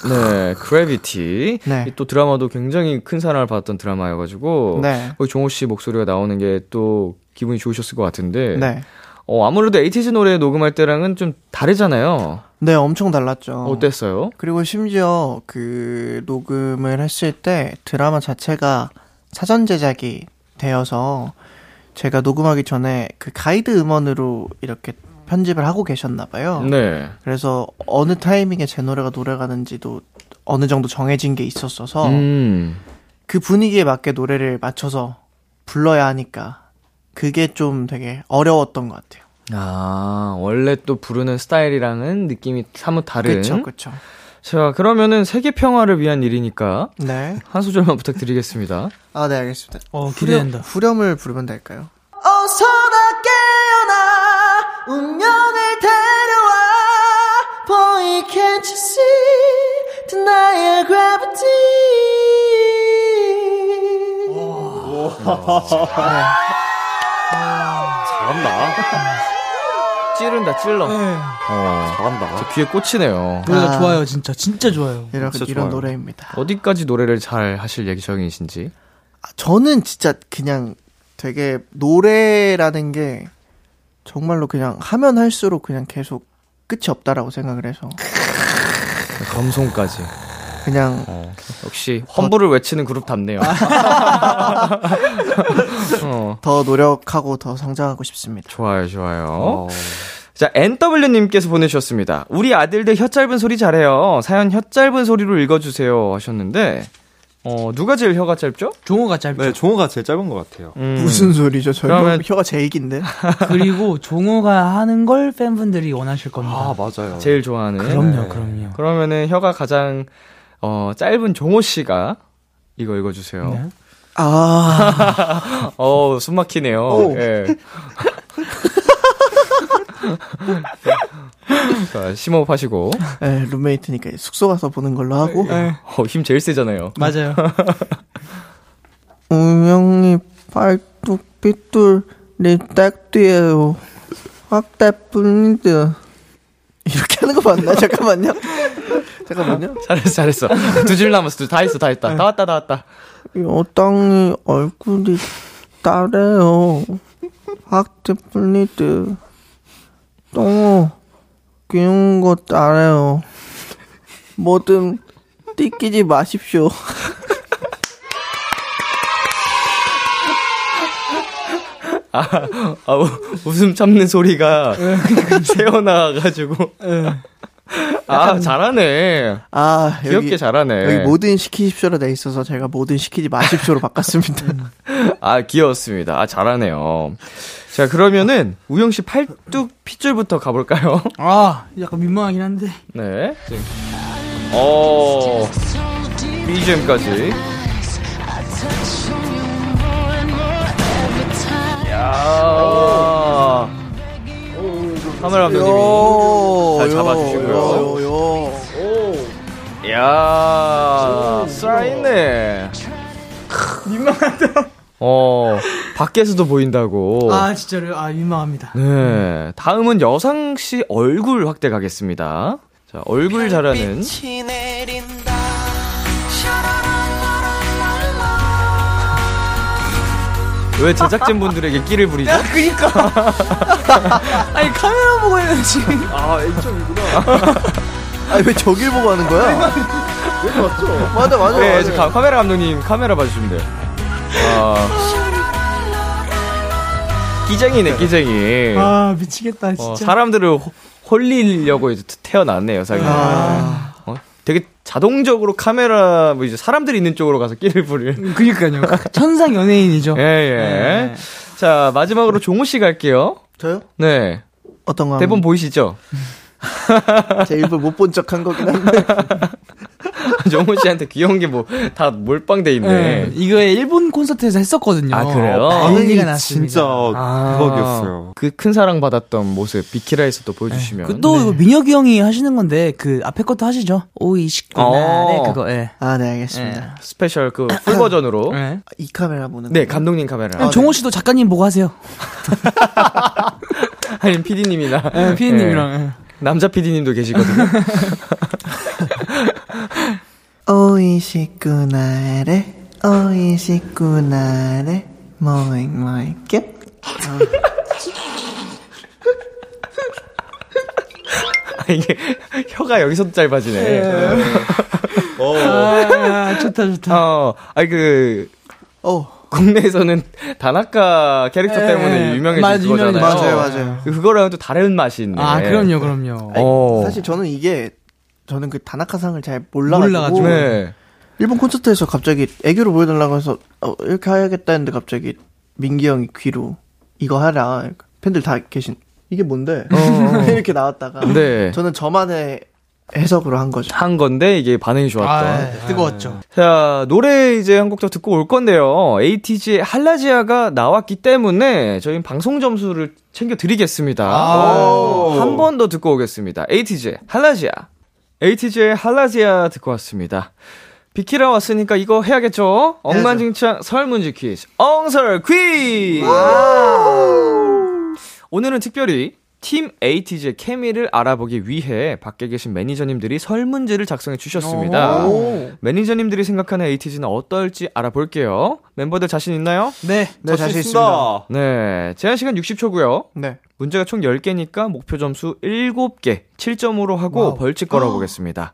Speaker 2: 네, 그래비티.
Speaker 5: 네.
Speaker 2: 또 드라마도 굉장히 큰 사랑을 받았던 드라마여가지고
Speaker 5: 네.
Speaker 2: 거기 종호 씨 목소리가 나오는 게 또 기분이 좋으셨을 것 같은데
Speaker 5: 네.
Speaker 2: 어, 아무래도 에이티즈 노래 녹음할 때랑은 좀 다르잖아요.
Speaker 5: 네, 엄청 달랐죠.
Speaker 2: 어. 땠어요
Speaker 5: 그리고 심지어 그 녹음을 했을 때 드라마 자체가 사전 제작이 되어서 제가 녹음하기 전에 그 가이드 음원으로 이렇게 편집을 하고 계셨나 봐요.
Speaker 2: 네.
Speaker 5: 그래서 어느 타이밍에 제 노래가 노래가는지도 어느 정도 정해진 게 있었어서
Speaker 2: 음.
Speaker 5: 그 분위기에 맞게 노래를 맞춰서 불러야 하니까 그게 좀 되게 어려웠던 것 같아요.
Speaker 2: 아, 원래 또 부르는 스타일이랑은 느낌이 사뭇
Speaker 6: 네.
Speaker 2: 다른.
Speaker 5: 그렇죠, 그렇죠.
Speaker 2: 자, 그러면은 세계 평화를 위한 일이니까
Speaker 5: 네,
Speaker 2: 한 소절만 부탁드리겠습니다.
Speaker 5: 아, 네, 알겠습니다.
Speaker 7: 어, 기대된다.
Speaker 5: 후렴, 을 부르면 될까요?
Speaker 3: 어서나 깨어나 운명을 데려와 Boy can't you see tonight your gravity
Speaker 6: 잘한다.
Speaker 2: 찌른다, 찔러. 어,
Speaker 6: 잘한다.
Speaker 2: 저 네. 귀에 꽂히네요.
Speaker 7: 노래가
Speaker 5: 아.
Speaker 7: 좋아요, 진짜. 진짜 좋아요.
Speaker 5: 이런
Speaker 6: 진짜
Speaker 5: 이런
Speaker 6: 좋아요.
Speaker 5: 노래입니다.
Speaker 2: 어디까지 노래를 잘 하실 예정이신지.
Speaker 5: 아, 저는 진짜 그냥 되게 노래라는 게 정말로 그냥 하면 할수록 그냥 계속 끝이 없다라고 생각을 해서
Speaker 2: 감성까지.
Speaker 5: 그냥
Speaker 2: 역시 환부를 외치는 그룹 답네요. 어,
Speaker 5: 더 노력하고 더 성장하고 싶습니다.
Speaker 2: 좋아요, 좋아요.
Speaker 6: 어.
Speaker 2: 자, NW님께서 보내주셨습니다. 우리 아들들 혀 짧은 소리 잘해요. 사연 혀 짧은 소리로 읽어주세요. 하셨는데, 어, 누가 제일 혀가 짧죠?
Speaker 7: 종호가 짧죠.
Speaker 6: 네, 종호가 제일 짧은 것
Speaker 2: 음.
Speaker 6: 같아요.
Speaker 5: 음. 무슨 소리죠? 저
Speaker 2: 그러면-
Speaker 5: 혀- 혀가 제일 긴데.
Speaker 7: 그리고 종호가 하는 걸 팬분들이 원하실 겁니다.
Speaker 6: 아, 맞아요.
Speaker 2: 제일 좋아하는.
Speaker 7: 그럼요,
Speaker 2: 네.
Speaker 7: 그럼요.
Speaker 2: 그러면은 혀가 가장, 어, 짧은 종호씨가 이거 읽어주세요.
Speaker 7: 네.
Speaker 5: 아,
Speaker 2: 어우, 숨 막히네요.
Speaker 5: 오.
Speaker 2: 예. 자, 심호흡하시고.
Speaker 5: 네, 룸메이트니까 숙소 가서 보는 걸로 하고.
Speaker 2: 어, 힘 제일 세잖아요.
Speaker 7: 맞아요.
Speaker 5: 운명이 팔뚝 삐뚤이 딱 뒤에요. 확달 뿐이드. 이렇게 하는 거 맞나? 잠깐만요. 잠깐만요.
Speaker 2: 잘했어, 잘했어. 두 줄 남았어. 두- 다 했어, 다 했다. 다 왔다, 다 왔다.
Speaker 5: 요 땅이 얼굴이 따래요. 확대 뿐이드. 똥어 귀여운 거 따래요. 뭐든 띠끼지 마십시오.
Speaker 2: 아, 우- 웃음 참는 소리가
Speaker 5: 예,
Speaker 2: 새어나와가지고. 아, 잘하네.
Speaker 5: 아,
Speaker 2: 귀엽게
Speaker 5: 여기,
Speaker 2: 잘하네.
Speaker 5: 여기 뭐든 시키십시오로 돼 있어서 제가 뭐든 시키지 마십시오로 바꿨습니다.
Speaker 2: 아, 귀여웠습니다. 아, 잘하네요. 자, 그러면은, 우영 씨 팔뚝 핏줄부터 가볼까요?
Speaker 7: 아, 약간 민망하긴 한데.
Speaker 2: 네. 어, BGM까지. 아. 카메라 감독님이 잘 잡아주시고요. 야, 쌓이네.
Speaker 7: 민망하다.
Speaker 2: 어, 밖에서도 보인다고.
Speaker 7: 아 진짜로 아 민망합니다.
Speaker 2: 네. 다음은 여상 씨 얼굴 확대 가겠습니다. 자, 얼굴 잘하는
Speaker 3: 빛이 내린다. 샤라랄라랄랄라.
Speaker 2: 왜 제작진 분들에게 끼를 부리죠?
Speaker 7: 아니 카메라 보고 있는 지금.
Speaker 5: 아니 왜 저길 보고 하는 거야? 맞아 맞아
Speaker 2: 네,
Speaker 5: 맞아.
Speaker 2: 저 가- 카메라 감독님 카메라 봐주시면 돼요. 아, 끼쟁이네, 끼쟁이.
Speaker 7: 아 미치겠다
Speaker 2: 어,
Speaker 7: 진짜.
Speaker 2: 사람들을 호- 홀리려고 이제 태어났네 여상이. 어? 되게 자동적으로 카메라 뭐 이제 사람들이 있는 쪽으로 가서 끼를 부리는.
Speaker 7: 그니까요. 천상 연예인이죠.
Speaker 2: 예, 예.
Speaker 7: 네.
Speaker 2: 자, 마지막으로 종우 씨 갈게요.
Speaker 5: 저요?
Speaker 2: 네.
Speaker 5: 어떤 거?
Speaker 2: 대본 보이시죠?
Speaker 5: 제 일부 못 본 척 한 거긴 한데.
Speaker 2: 정우 씨한테 귀여운 게 뭐 다 몰빵돼
Speaker 7: 네.
Speaker 2: 있네.
Speaker 7: 이거 일본 콘서트에서 했었거든요.
Speaker 2: 아, 그래요? 아,
Speaker 7: 난리가 났습니다. 아.
Speaker 6: 진짜 대박이었어요.
Speaker 2: 그 큰 사랑 받았던 모습 비키라에서 또 보여주시면.
Speaker 7: 그 또 민혁이 형이 하시는 건데 그 앞에 것도 하시죠. 오이시쿠나
Speaker 2: 어.
Speaker 7: 네 그거 예.
Speaker 5: 아, 네, 알겠습니다.
Speaker 2: 스페셜 그 풀 버전으로.
Speaker 7: 예.
Speaker 2: 네.
Speaker 5: 이 카메라 보는
Speaker 2: 감독님 카메라.
Speaker 7: 종호 씨도 작가님 보고 하세요.
Speaker 2: 아니, PD님이나. 네.
Speaker 7: 예, 피디님이랑. 예.
Speaker 2: 남자 PD님도 계시거든요.
Speaker 5: 오이시구나래, 오이시구나래, 모잉 모잉 깹.
Speaker 2: 아, 이게 혀가 여기서 짧아지네.
Speaker 6: 어,
Speaker 2: 네.
Speaker 7: 아, 좋다 좋다.
Speaker 2: 어, 아니 그
Speaker 5: 오,
Speaker 2: 국내에서는 다나카 캐릭터
Speaker 7: 예,
Speaker 2: 때문에
Speaker 7: 예.
Speaker 2: 유명해진
Speaker 7: 맞-
Speaker 2: 거잖아요.
Speaker 5: 맞아요,
Speaker 7: 어.
Speaker 5: 맞아요.
Speaker 2: 그거랑 또 다른 맛이 있네.
Speaker 7: 아 그럼요 그럼요.
Speaker 5: 아니,
Speaker 2: 어.
Speaker 5: 사실 저는 이게 저는 그 다나카상을 잘
Speaker 7: 몰라가지고.
Speaker 5: 몰라가지고
Speaker 2: 네.
Speaker 5: 일본 콘서트에서 갑자기 애교를 보여달라고 해서 어, 이렇게 해야겠다 했는데 갑자기 민기 형이 귀로 이거 하라 팬들 다 계신 이게 뭔데 이렇게 나왔다가
Speaker 2: 네.
Speaker 5: 저는 저만의 해석으로 한 거죠.
Speaker 2: 한 건데 이게 반응이 좋았던.
Speaker 7: 아, 예, 뜨거웠죠.
Speaker 2: 자, 노래 이제 한 곡 더 듣고 올 건데요. ATG의 할라지아가 나왔기 때문에 저희는 방송 점수를 챙겨드리겠습니다.
Speaker 7: 아.
Speaker 2: 어, 한 번 더 듣고 오겠습니다. ATG의 할라지아. ATG의 할라지아 듣고 왔습니다. 비키라 왔으니까 이거 해야겠죠? 엉망진창 설문지 퀴즈. 엉설 퀴즈! 오늘은 특별히 팀 ATG의 케미를 알아보기 위해 밖에 계신 매니저님들이 설문지를 작성해 주셨습니다. 매니저님들이 생각하는 ATG는 어떨지 알아볼게요. 멤버들 자신 있나요?
Speaker 7: 네.
Speaker 5: 네, 자신 있습니다.
Speaker 2: 네. 제한 시간 60초고요.
Speaker 5: 네.
Speaker 2: 문제가 총 10개니까 목표 점수 7개, 7점으로 하고 벌칙 걸어 보겠습니다.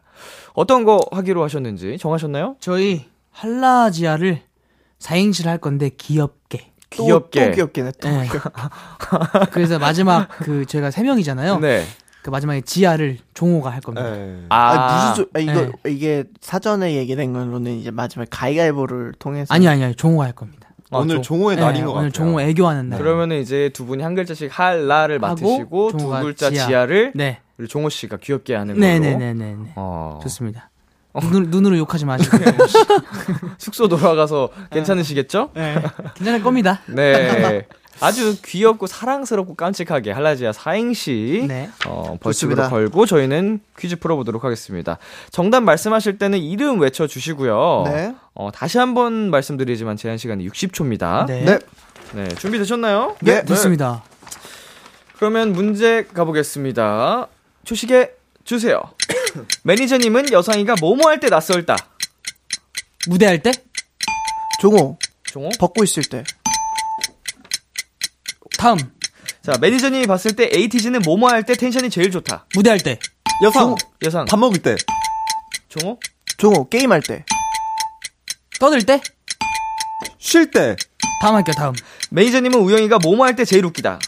Speaker 2: 어떤 거 하기로 하셨는지 정하셨나요?
Speaker 7: 저희 한라지아를 4행시를 할 건데 귀엽게.
Speaker 5: 또-
Speaker 2: 귀엽게.
Speaker 5: 또 귀엽게네. 또.
Speaker 7: 예. 그래서 마지막 그 저희가 세 명이잖아요.
Speaker 2: 네.
Speaker 7: 그 마지막에 지아를 종호가 할 겁니다.
Speaker 6: 네.
Speaker 5: 아,
Speaker 2: 아,
Speaker 5: 무슨 소, 아, 이거
Speaker 7: 네.
Speaker 5: 이게 사전에 얘기된 걸로는 이제 마지막 에 가위가위보를 통해서
Speaker 7: 아니 아니 아니 종호가 할 겁니다.
Speaker 6: 오늘 종호의
Speaker 7: 네,
Speaker 6: 날인 것
Speaker 7: 오늘
Speaker 6: 같아요.
Speaker 7: 종호 애교하는 날.
Speaker 2: 그러면 이제 두 분이 한 글자씩 할라를
Speaker 7: 네. 하고
Speaker 2: 맡으시고 두
Speaker 7: 종호가
Speaker 2: 글자
Speaker 7: 지아.
Speaker 2: 지하를
Speaker 7: 네.
Speaker 2: 우리 종호 씨가 귀엽게 하는 걸로.
Speaker 7: 네네네네. 네
Speaker 2: 어. 네.
Speaker 7: 좋습니다. 눈, 눈으로 욕하지 마시고.
Speaker 2: 숙소 돌아가서
Speaker 5: 네.
Speaker 2: 괜찮으시겠죠?
Speaker 7: 괜찮을 겁니다.
Speaker 2: 네. 아주 귀엽고 사랑스럽고 깜찍하게 할라지아 사행시
Speaker 7: 네.
Speaker 2: 어, 벌칙으로
Speaker 5: 좋습니다.
Speaker 2: 걸고 저희는 퀴즈 풀어보도록 하겠습니다. 정답 말씀하실 때는 이름 외쳐주시고요.
Speaker 5: 네.
Speaker 2: 어, 다시 한 번 말씀드리지만 제한 시간이 60초입니다. 네.
Speaker 7: 네.
Speaker 5: 네.
Speaker 2: 준비되셨나요?
Speaker 5: 네.
Speaker 7: 네, 됐습니다.
Speaker 2: 그러면 문제 가보겠습니다. 초식에 주세요. 매니저님은 여상이가 뭐뭐 할 때 낯설다.
Speaker 7: 무대할 때?
Speaker 5: 종호
Speaker 2: 종호?
Speaker 5: 벗고 있을 때
Speaker 7: 다음.
Speaker 2: 자, 매니저님이 봤을 때 에이티즈는 뭐뭐 할 때 텐션이 제일 좋다.
Speaker 7: 무대할 때.
Speaker 6: 여상
Speaker 2: 여상,
Speaker 6: 밥 먹을 때
Speaker 2: 종호?
Speaker 5: 종호 게임할 때
Speaker 7: 떠들 때?
Speaker 6: 쉴 때,
Speaker 7: 다음 할게요, 다음.
Speaker 2: 매니저님은 우영이가 뭐뭐 할 때 제일 웃기다.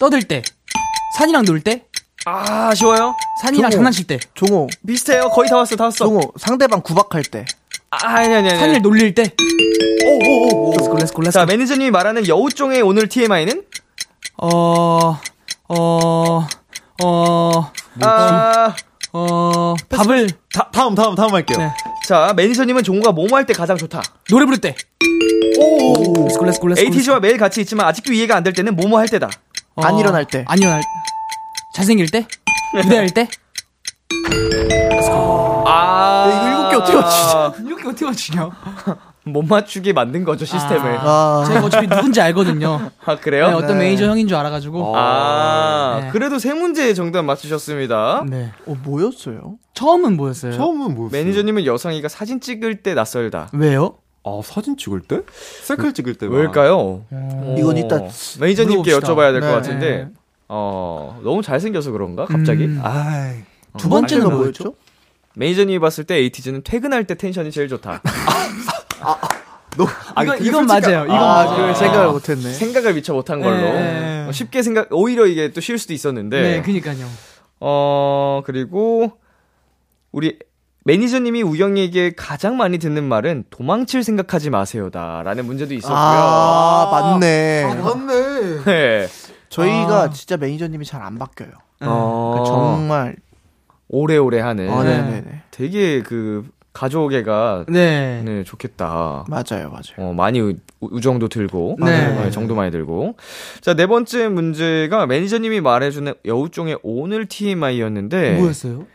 Speaker 7: 떠들 때. 산이랑 놀 때?
Speaker 2: 아, 아쉬워요?
Speaker 7: 산이랑
Speaker 5: 종호.
Speaker 7: 장난칠 때.
Speaker 5: 종호
Speaker 2: 비슷해요. 거의 다 왔어, 다 왔어.
Speaker 5: 종호 상대방 구박할 때
Speaker 2: 아, 아니,
Speaker 6: 네.
Speaker 2: 아니, 아니.
Speaker 7: 산이를 놀릴 때. 오오오. 렛츠고, 렛츠고,
Speaker 2: 자,
Speaker 7: 렛츠고.
Speaker 2: 매니저님이 말하는 여우종의 오늘 TMI는?
Speaker 7: 어, 어, 어,
Speaker 2: 아,
Speaker 7: 어, 밥을,
Speaker 6: 다, 다음, 다음, 다음 할게요.
Speaker 7: 네.
Speaker 2: 자, 매니저님은 종호가 뭐뭐 할 때 가장 좋다.
Speaker 7: 노래 부를 때. 오. 렛츠고 렛츠고 렛츠고.
Speaker 2: ATG와 매일 같이 있지만 아직도 이해가 안 될 때는 뭐뭐 할 때다.
Speaker 5: 안 일어날 때.
Speaker 7: 안 일어날. 잘생길 때? 무대할 때?
Speaker 2: 아.
Speaker 5: 이거 일곱 개 어떻게 맞추지?
Speaker 7: 이렇게 어떻게 맞추냐?
Speaker 2: 못 맞추게 만든 거죠, 시스템을. 아,
Speaker 5: 아.
Speaker 7: 제가 어차피 누군지 알거든요.
Speaker 2: 그래요?
Speaker 7: 네, 어떤 매니저 형인 줄
Speaker 5: 어.
Speaker 7: 알아가지고.
Speaker 2: 아,
Speaker 7: 네.
Speaker 2: 그래도 세 문제 정답 맞추셨습니다.
Speaker 7: 네.
Speaker 5: 어, 뭐였어요?
Speaker 7: 처음은 뭐였어요?
Speaker 6: 처음은 뭐였어요?
Speaker 2: 매니저님은 여상이가 사진 찍을 때 낯설다.
Speaker 7: 왜요?
Speaker 6: 아 사진 찍을 때? 셀카 찍을
Speaker 7: 음.
Speaker 6: 때.
Speaker 2: 왜일까요?
Speaker 5: 이건
Speaker 2: 어,
Speaker 5: 이따
Speaker 2: 매니저님께
Speaker 7: 물어봅시다.
Speaker 2: 여쭤봐야 될 것
Speaker 5: 네.
Speaker 2: 같은데, 어, 너무 잘생겨서 그런가? 갑자기?
Speaker 7: 음.
Speaker 6: 아
Speaker 5: 어,
Speaker 7: 두 번째가
Speaker 5: 아니면
Speaker 7: 뭐였죠?
Speaker 2: 매니저님이 봤을 때 에이티즈는 퇴근할 때 텐션이 제일 좋다.
Speaker 7: 네. 이건, 이건 맞아요. 이건
Speaker 5: 아,
Speaker 7: 맞아요.
Speaker 5: 그걸 생각을 못했네.
Speaker 2: 생각을 미처 못한 걸로.
Speaker 7: 네.
Speaker 2: 어, 쉽게 생각, 오히려 이게 또 쉴 수도 있었는데,
Speaker 7: 네, 그니까요.
Speaker 2: 어, 그리고 우리 매니저님이 우영이에게 가장 많이 듣는 말은 도망칠 생각하지 마세요다라는 문제도 있었고요.
Speaker 5: 아, 맞네.
Speaker 6: 맞네.
Speaker 2: 네.
Speaker 5: 저희가
Speaker 7: 아.
Speaker 5: 진짜 매니저님이 잘 안 바뀌어요.
Speaker 2: 어,
Speaker 5: 그러니까 정말.
Speaker 2: 오래오래 하는
Speaker 5: 아,
Speaker 7: 네.
Speaker 5: 네네네.
Speaker 2: 되게 그 가족애가
Speaker 7: 네.
Speaker 2: 네, 좋겠다.
Speaker 5: 맞아요, 맞아요.
Speaker 2: 어, 많이 우, 정도 들고
Speaker 7: 네.
Speaker 2: 어, 정도 많이 들고 자 네 번째 문제가 매니저님이 말해주는 여우종의 오늘
Speaker 5: 네.
Speaker 2: TMI였는데
Speaker 7: 뭐였어요?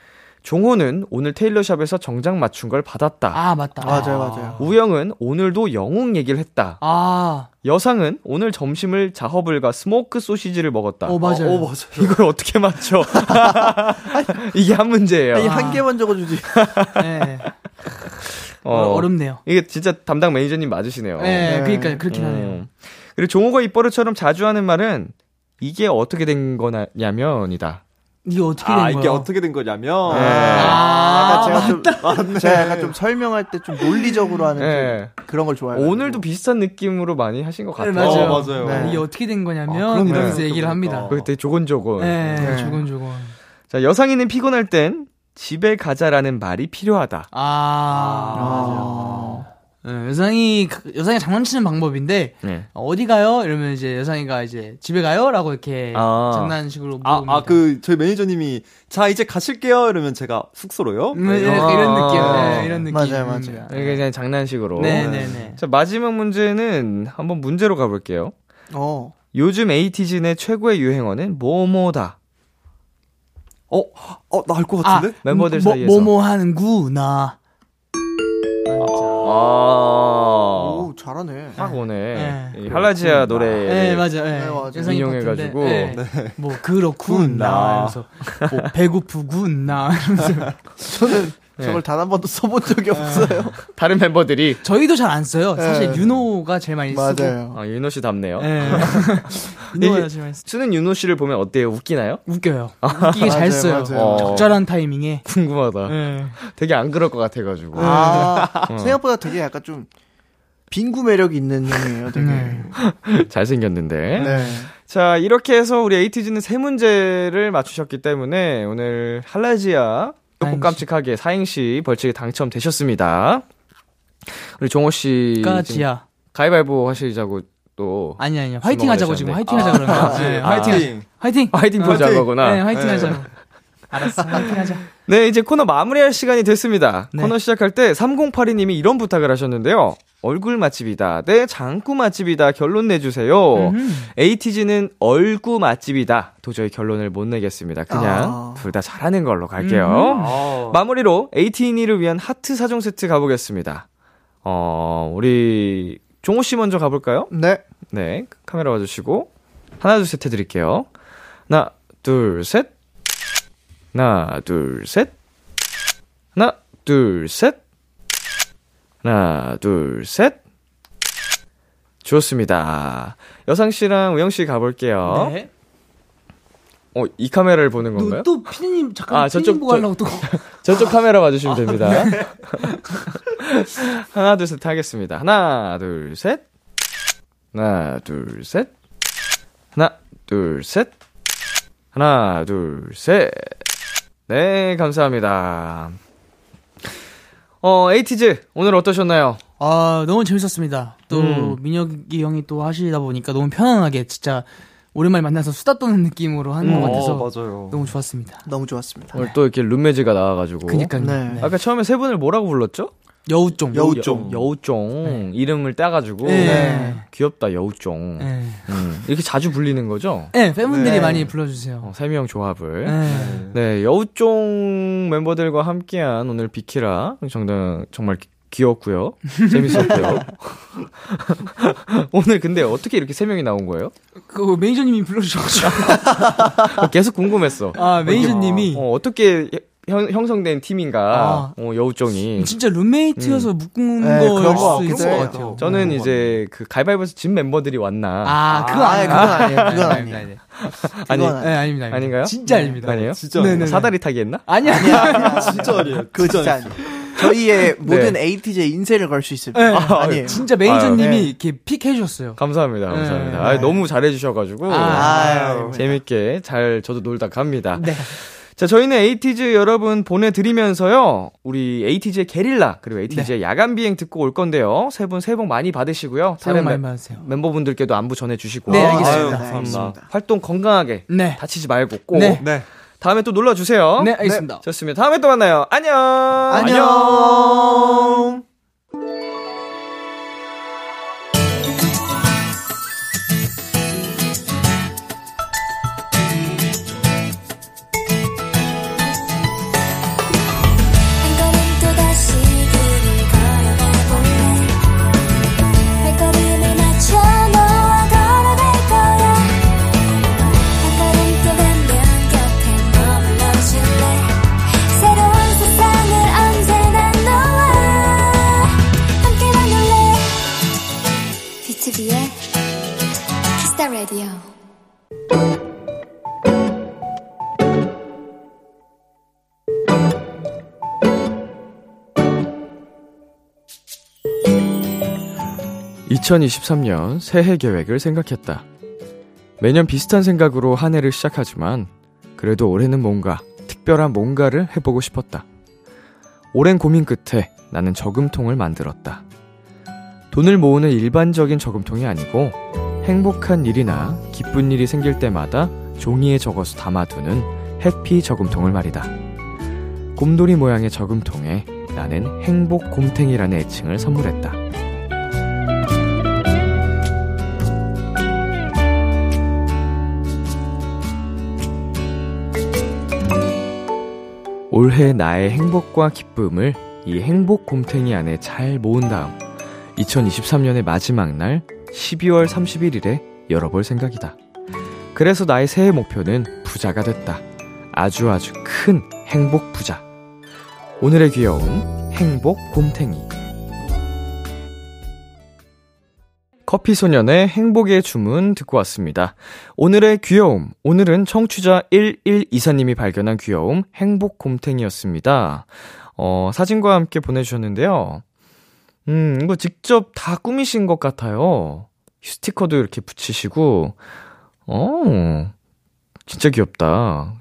Speaker 2: 종호는 오늘 테일러샵에서 정장 맞춘 걸 받았다
Speaker 7: 아, 맞다.
Speaker 5: 맞아요, 맞아요.
Speaker 2: 우영은 오늘도 영웅 얘기를 했다
Speaker 7: 아,
Speaker 2: 여상은 오늘 점심을 자허불과 스모크 소시지를 먹었다
Speaker 7: 어, 맞아요.
Speaker 5: 뭐.
Speaker 2: 어, 이걸 어떻게 맞춰 이게 한 문제예요
Speaker 5: 아니, 한 개만 적어주지.
Speaker 7: 네.
Speaker 2: 어,
Speaker 7: 어, 어렵네요.
Speaker 2: 이게 진짜 담당 매니저님 맞으시네요
Speaker 7: 네,
Speaker 5: 네.
Speaker 7: 그니까요. 그렇긴 하네요.
Speaker 2: 음. 그리고 종호가 입버릇처럼 자주 하는 말은 이게 어떻게 된 거냐면이다.
Speaker 7: 이게 어떻게 된 네.
Speaker 6: 아
Speaker 7: 거야?
Speaker 6: 이게 어떻게 된 거냐면
Speaker 5: 아,
Speaker 7: 아,
Speaker 5: 제가 좀, 제가 약간 좀 설명할 때 좀 논리적으로 하는
Speaker 2: 네.
Speaker 5: 좀 그런 걸 좋아해요.
Speaker 2: 오늘도 비슷한 느낌으로 많이 하신 것
Speaker 7: 네,
Speaker 2: 같아요.
Speaker 7: 맞아요.
Speaker 6: 어, 맞아요.
Speaker 5: 네.
Speaker 7: 이게 어떻게 된
Speaker 6: 아,
Speaker 7: 거냐면
Speaker 6: 그럼
Speaker 7: 이러면서
Speaker 6: 네.
Speaker 7: 얘기를 합니다.
Speaker 2: 그때 조곤조곤.
Speaker 7: 네, 조곤조곤.
Speaker 2: 자, 여상이는 피곤할 땐 집에 가자라는 말이 필요하다.
Speaker 7: 아, 맞아요. 네, 여상이 여상이 장난치는 방법인데
Speaker 2: 네.
Speaker 7: 어, 어디 가요? 이러면 이제 여상이가 이제 집에 가요라고 이렇게
Speaker 2: 아.
Speaker 7: 장난식으로 물어봅니다.
Speaker 6: 아 아 그 저희 매니저님이 자 이제 가실게요 이러면 제가 숙소로요.
Speaker 7: 음, 이런,
Speaker 2: 아.
Speaker 7: 이런 느낌, 네, 이런 느낌.
Speaker 5: 맞아요, 맞아요.
Speaker 2: 네. 이게 그냥 장난식으로.
Speaker 7: 네, 네, 네.
Speaker 2: 자, 마지막 문제는 한번 문제로 가볼게요.
Speaker 5: 어.
Speaker 2: 요즘 에이티즌의 최고의 유행어는 뭐뭐다.
Speaker 6: 어나 알 것 같은데?
Speaker 2: 멤버들
Speaker 7: 뭐,
Speaker 2: 사이에서.
Speaker 7: 뭐뭐 하는구나.
Speaker 2: 아.
Speaker 5: 오, 잘하네.
Speaker 2: 딱 오네.
Speaker 7: 네.
Speaker 2: 이 할라지아 노래.
Speaker 7: 네, 맞아요. 네,
Speaker 5: 네, 맞아요.
Speaker 7: 여상이
Speaker 2: 인용해가지고.
Speaker 7: 같은데, 네. 뭐 그렇구나. 이러면서 뭐 배고프구나. 이러면서
Speaker 5: 저는 저걸 단 한 번도 써본 적이 없어요.
Speaker 2: 다른 멤버들이
Speaker 7: 저희도 잘 안 써요. 사실
Speaker 5: 네.
Speaker 7: 윤호가 제일 많이 쓰고.
Speaker 5: 맞아요.
Speaker 2: 아, 윤호 씨 답네요.
Speaker 7: 네. 윤호가 제일 많이 쓰.
Speaker 2: 쓰는 윤호 씨를 보면 어때요? 웃기나요?
Speaker 7: 웃겨요. 웃기게 잘
Speaker 5: 맞아요,
Speaker 7: 써요.
Speaker 5: 맞아요.
Speaker 2: 어.
Speaker 7: 적절한 타이밍에.
Speaker 2: 궁금하다.
Speaker 7: 네.
Speaker 2: 되게 안 그럴 것 같아가지고.
Speaker 5: 아, 생각보다 되게 약간 좀 빙구 매력이 있는 형이에요, 되게.
Speaker 7: 네.
Speaker 2: 잘생겼는데.
Speaker 5: 네.
Speaker 2: 자, 이렇게 해서 우리 에이티즈는 세 문제를 맞추셨기 때문에 오늘 할라지아
Speaker 7: 사행시.
Speaker 2: 조금 깜찍하게 사행시 벌칙에 당첨되셨습니다. 우리 종호 씨.
Speaker 7: 까
Speaker 2: 지금
Speaker 7: 지야.
Speaker 2: 가위바위보 하시자고 또.
Speaker 7: 아니 아니. 화이팅 하자고 지금 화이팅
Speaker 2: 아.
Speaker 7: 하자고 그러는 거야. 네,
Speaker 6: 아,
Speaker 7: 화이팅.
Speaker 6: 화이팅.
Speaker 7: 화이팅.
Speaker 2: 화이팅 포즈 한
Speaker 6: 화이팅.
Speaker 2: 거구나.
Speaker 7: 네, 화이팅 하자고. 알았어. 화이팅 하자.
Speaker 2: 네, 이제 코너 마무리할 시간이 됐습니다.
Speaker 7: 네.
Speaker 2: 코너 시작할 때 3082님이 이런 부탁을 하셨는데요. 얼굴 맛집이다. 네, 장구 맛집이다. 결론 내주세요.
Speaker 7: 음,
Speaker 2: 에이티즈는 얼굴 맛집이다. 도저히 결론을 못 내겠습니다. 그냥
Speaker 5: 아.
Speaker 2: 둘 다 잘하는 걸로 갈게요. 마무리로 에이티니를 위한 하트 사정 세트 가보겠습니다. 어, 우리 종호 씨 먼저 가볼까요?
Speaker 5: 네.
Speaker 2: 네, 카메라 와주시고 하나 둘 셋 해드릴게요. 하나 둘 셋, 하나 둘 셋, 하나 둘 셋, 하나 둘 셋. 좋습니다. 여상 씨랑 우영 씨 가볼게요.
Speaker 7: 네.
Speaker 2: 어, 이 카메라를 보는 건가요?
Speaker 7: 너또 피디님 잠깐
Speaker 2: 아,
Speaker 7: 피디님
Speaker 2: 저쪽,
Speaker 7: 보고
Speaker 2: 저-
Speaker 7: 하려고 또
Speaker 2: 저쪽 카메라 봐주시면 됩니다.
Speaker 7: 아, 네.
Speaker 2: 하나, 둘, 셋 하겠습니다. 하나, 둘, 셋. 하나, 둘, 셋. 하나, 둘, 셋. 하나, 둘, 셋. 네, 감사합니다. 어, 에이티즈, 오늘 어떠셨나요?
Speaker 7: 아 너무 재밌었습니다. 또
Speaker 2: 음.
Speaker 7: 민혁이 형이 또 하시다 보니까 너무 편안하게 진짜 오랜만에 만나서 수다 떠는 느낌으로 하는
Speaker 2: 음.
Speaker 7: 것 같아서
Speaker 6: 어, 맞아요.
Speaker 7: 너무
Speaker 2: 어?
Speaker 7: 좋았습니다.
Speaker 5: 너무 좋았습니다.
Speaker 2: 오늘 또 이렇게 룸메즈가 나와가지고.
Speaker 7: 네. 그니까요.
Speaker 5: 네.
Speaker 2: 아까 처음에 세 분을 뭐라고 불렀죠?
Speaker 7: 여우종. 예.
Speaker 5: 여우종.
Speaker 2: 여우종 이름을 따가지고
Speaker 7: 네.
Speaker 2: 귀엽다 여우종.
Speaker 7: 예.
Speaker 2: 음, 이렇게 자주 불리는 거죠?
Speaker 7: 예, 팬분들이
Speaker 5: 네.
Speaker 7: 많이 불러주세요.
Speaker 2: 어, 세명 조합을.
Speaker 7: 예.
Speaker 2: 네, 여우종 멤버들과 함께한 오늘 비키라 정말, 정말 기- 귀엽고요. 재밌었고요. 오늘 근데 어떻게 이렇게 세 명이 나온 거예요?
Speaker 7: 그 매니저님이 불러주셔가지고.
Speaker 5: 아,
Speaker 2: 어, 계속 궁금했어.
Speaker 7: 아, 매니저님이.
Speaker 2: 어, 어떻게 형, 형성된 팀인가?
Speaker 7: 아.
Speaker 2: 어, 여우종이.
Speaker 7: 진짜 룸메이트여서 묶은
Speaker 5: 네,
Speaker 7: 거일
Speaker 5: 그런 거
Speaker 7: 수 있을
Speaker 5: 같기도
Speaker 7: 것
Speaker 5: 해요.
Speaker 7: 같아요.
Speaker 2: 저는 이제 그 가위바위보에서 진 멤버들이 왔나?
Speaker 7: 아, 그거
Speaker 5: 아,
Speaker 7: 아니에요. 네,
Speaker 5: 그건 아니에요. 그건 아니에요.
Speaker 7: 아니에요.
Speaker 2: 아니,
Speaker 5: 그건
Speaker 7: 네, 아닙니다. 아닙니다.
Speaker 2: 아닌가요?
Speaker 7: 진짜 아닙니다.
Speaker 2: 아니에요?
Speaker 6: 진짜
Speaker 7: 네네.
Speaker 2: 사다리 타기 했나?
Speaker 7: 아니, 아니, 아니.
Speaker 6: 진짜 아니에요.
Speaker 5: 그 진짜 아니에요. 저희의 모든 ATJ 인생을 걸 수 있습니다.
Speaker 7: 네.
Speaker 5: 아, 아니에요.
Speaker 7: 진짜 매니저님이
Speaker 5: 네.
Speaker 7: 이렇게 픽해 주셨어요.
Speaker 2: 감사합니다.
Speaker 7: 네.
Speaker 2: 감사합니다. 아, 너무 잘해주셔가지고.
Speaker 5: 아유.
Speaker 2: 재밌게 잘 저도 놀다 갑니다.
Speaker 7: 네.
Speaker 2: 자, 저희는 에이티즈 여러분 보내드리면서요. 우리 에이티즈의 게릴라, 그리고
Speaker 7: 네.
Speaker 2: 에이티즈의 야간 비행 듣고 올 건데요. 세 분 새해 복 많이 받으시고요.
Speaker 7: 새해 복 많이
Speaker 2: 멤-
Speaker 7: 받으세요.
Speaker 2: 멤버분들께도 안부 전해주시고.
Speaker 7: 네,
Speaker 5: 어, 아유,
Speaker 7: 알겠습니다.
Speaker 5: 감사합니다.
Speaker 2: 활동 건강하게.
Speaker 7: 네.
Speaker 2: 다치지 말고 꼭.
Speaker 7: 네.
Speaker 6: 네.
Speaker 2: 다음에 또 놀러주세요.
Speaker 7: 네, 알겠습니다.
Speaker 2: 좋습니다. 다음에 또 만나요. 안녕!
Speaker 5: 안녕.
Speaker 8: 한 걸음 또다시 길을 걸어가볼래 발걸음을 맞춰 너와 걸어갈 거야 한 걸음 또 가면 곁에 머물러줄래 새로운 세상을 언제나 너와 함께 만들래 B2B의 키스타 라디오
Speaker 2: 이 2023년 새해 계획을 생각했다. 매년 비슷한 생각으로 한 해를 시작하지만 그래도 올해는 뭔가 특별한 뭔가를 해보고 싶었다. 오랜 고민 끝에 나는 저금통을 만들었다. 돈을 모으는 일반적인 저금통이 아니고 행복한 일이나 기쁜 일이 생길 때마다 종이에 적어서 담아두는 해피 저금통을 말이다. 곰돌이 모양의 저금통에 나는 행복 곰탱이라는 애칭을 선물했다. 올해 나의 행복과 기쁨을 이 행복 곰탱이 안에 잘 모은 다음 2023년의 마지막 날 12월 31일에 열어볼 생각이다. 그래서 나의 새해 목표는 부자가 됐다. 아주 아주 큰 행복 부자. 오늘의 귀여움 행복 곰탱이. 커피 소년의 행복의 주문 듣고 왔습니다. 오늘의 귀여움. 오늘은 청취자 1124님이 발견한 귀여움 행복 곰탱이였습니다. 어, 사진과 함께 보내주셨는데요. 음, 이거 직접 다 꾸미신 것 같아요. 스티커도 이렇게 붙이시고, 어, 진짜 귀엽다.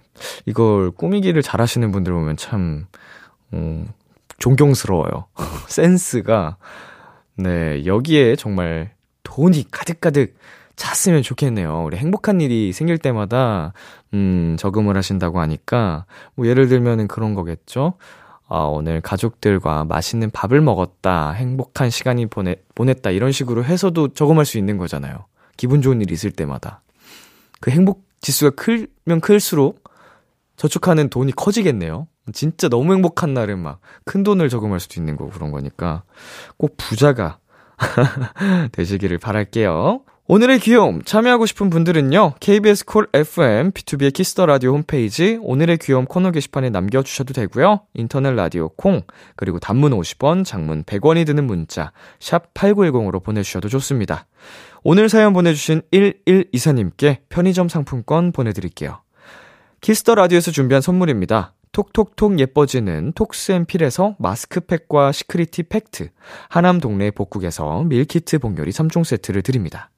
Speaker 2: 이걸 꾸미기를 잘 하시는 분들 보면 참, 음, 존경스러워요. 센스가. 네, 여기에 정말 돈이 가득가득 찼으면 좋겠네요. 우리 행복한 일이 생길 때마다, 음, 저금을 하신다고 하니까, 뭐, 예를 들면은 그런 거겠죠? 아, 오늘 가족들과 맛있는 밥을 먹었다, 행복한 시간이 보내, 보냈다, 이런 식으로 해서도 저금할 수 있는 거잖아요. 기분 좋은 일이 있을 때마다. 그 행복 지수가 클면 클수록 저축하는 돈이 커지겠네요. 진짜 너무 행복한 날은 막 큰 돈을 저금할 수도 있는 거고 그런 거니까 꼭 부자가 되시기를 바랄게요. 오늘의 귀여움 참여하고 싶은 분들은요. KBS 콜 FM B2B의 키스터 라디오 홈페이지 오늘의 귀여움 코너 게시판에 남겨 주셔도 되고요. 인터넷 라디오 콩 그리고 단문 50원, 장문 100원이 드는 문자 샵 8910으로 보내 주셔도 좋습니다. 오늘 사연 보내 주신 1124님께 편의점 상품권 보내 드릴게요. 키스터 라디오에서 준비한 선물입니다. 톡톡톡 예뻐지는 톡스앤필에서 마스크팩과 시크리티 팩트, 하남 동네 복국에서 밀키트 봉요리 3종 세트를 드립니다.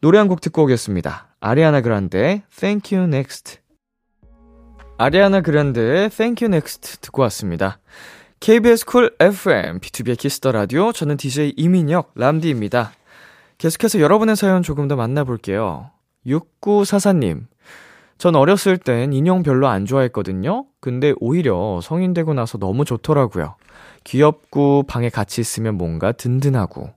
Speaker 2: 노래 한 곡 듣고 오겠습니다. 아리아나 그란데, Thank You Next. 아리아나 그란데의 Thank You Next 듣고 왔습니다. KBS 쿨 FM, B2B의 키스터 라디오, 저는 DJ 이민혁, 람디입니다. 계속해서 여러분의 사연 조금 더 만나볼게요. 6944님, 전 어렸을 땐 인형 별로 안 좋아했거든요. 근데 오히려 성인 되고 나서 너무 좋더라고요. 귀엽고 방에 같이 있으면 뭔가 든든하고.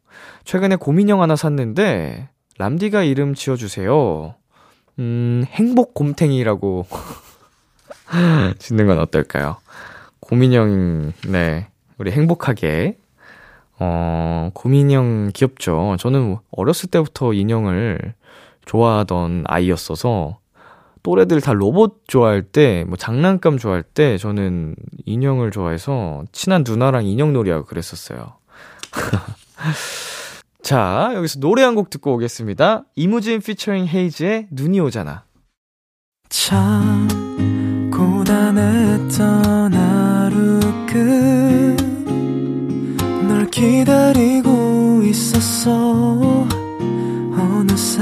Speaker 2: 최근에 곰인형 하나 샀는데 람디가 이름 지어주세요. 음, 행복 곰탱이라고 짓는 건 어떨까요? 고민형, 네. 우리 행복하게. 어, 고민형 귀엽죠. 저는 어렸을 때부터 인형을 좋아하던 아이였어서 또래들 다 로봇 좋아할 때, 뭐 장난감 좋아할 때 저는 인형을 좋아해서 친한 누나랑 인형 놀이하고 그랬었어요. 자, 여기서 노래 한 곡 듣고 오겠습니다. 이무진 피처링 헤이즈의 눈이 오잖아.
Speaker 7: 참 고단했던 하루 끝널 기다리고 있었어 어느새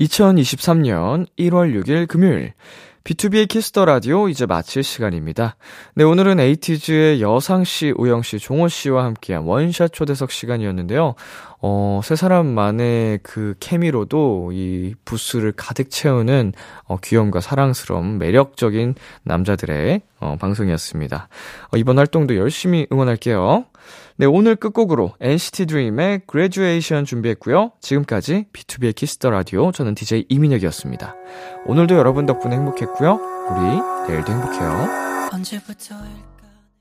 Speaker 2: 2023년 1월 6일 금요일 B2B의 키스터 라디오 이제 마칠 시간입니다. 네, 오늘은 에이티즈의 여상 씨, 우영 씨, 종호 씨와 함께한 원샷 초대석 시간이었는데요. 어, 세 사람만의 그 케미로도 이 부스를 가득 채우는 어, 귀여움과 사랑스러움, 매력적인 남자들의 어, 방송이었습니다. 어, 이번 활동도 열심히 응원할게요. 네, 오늘 끝곡으로 NCT DREAM의 Graduation 준비했고요. 지금까지 B2B의 키스터 라디오 저는 DJ 이민혁이었습니다. 오늘도 여러분 덕분에 행복했고요. 우리 내일도 행복해요.
Speaker 7: 언제부터일까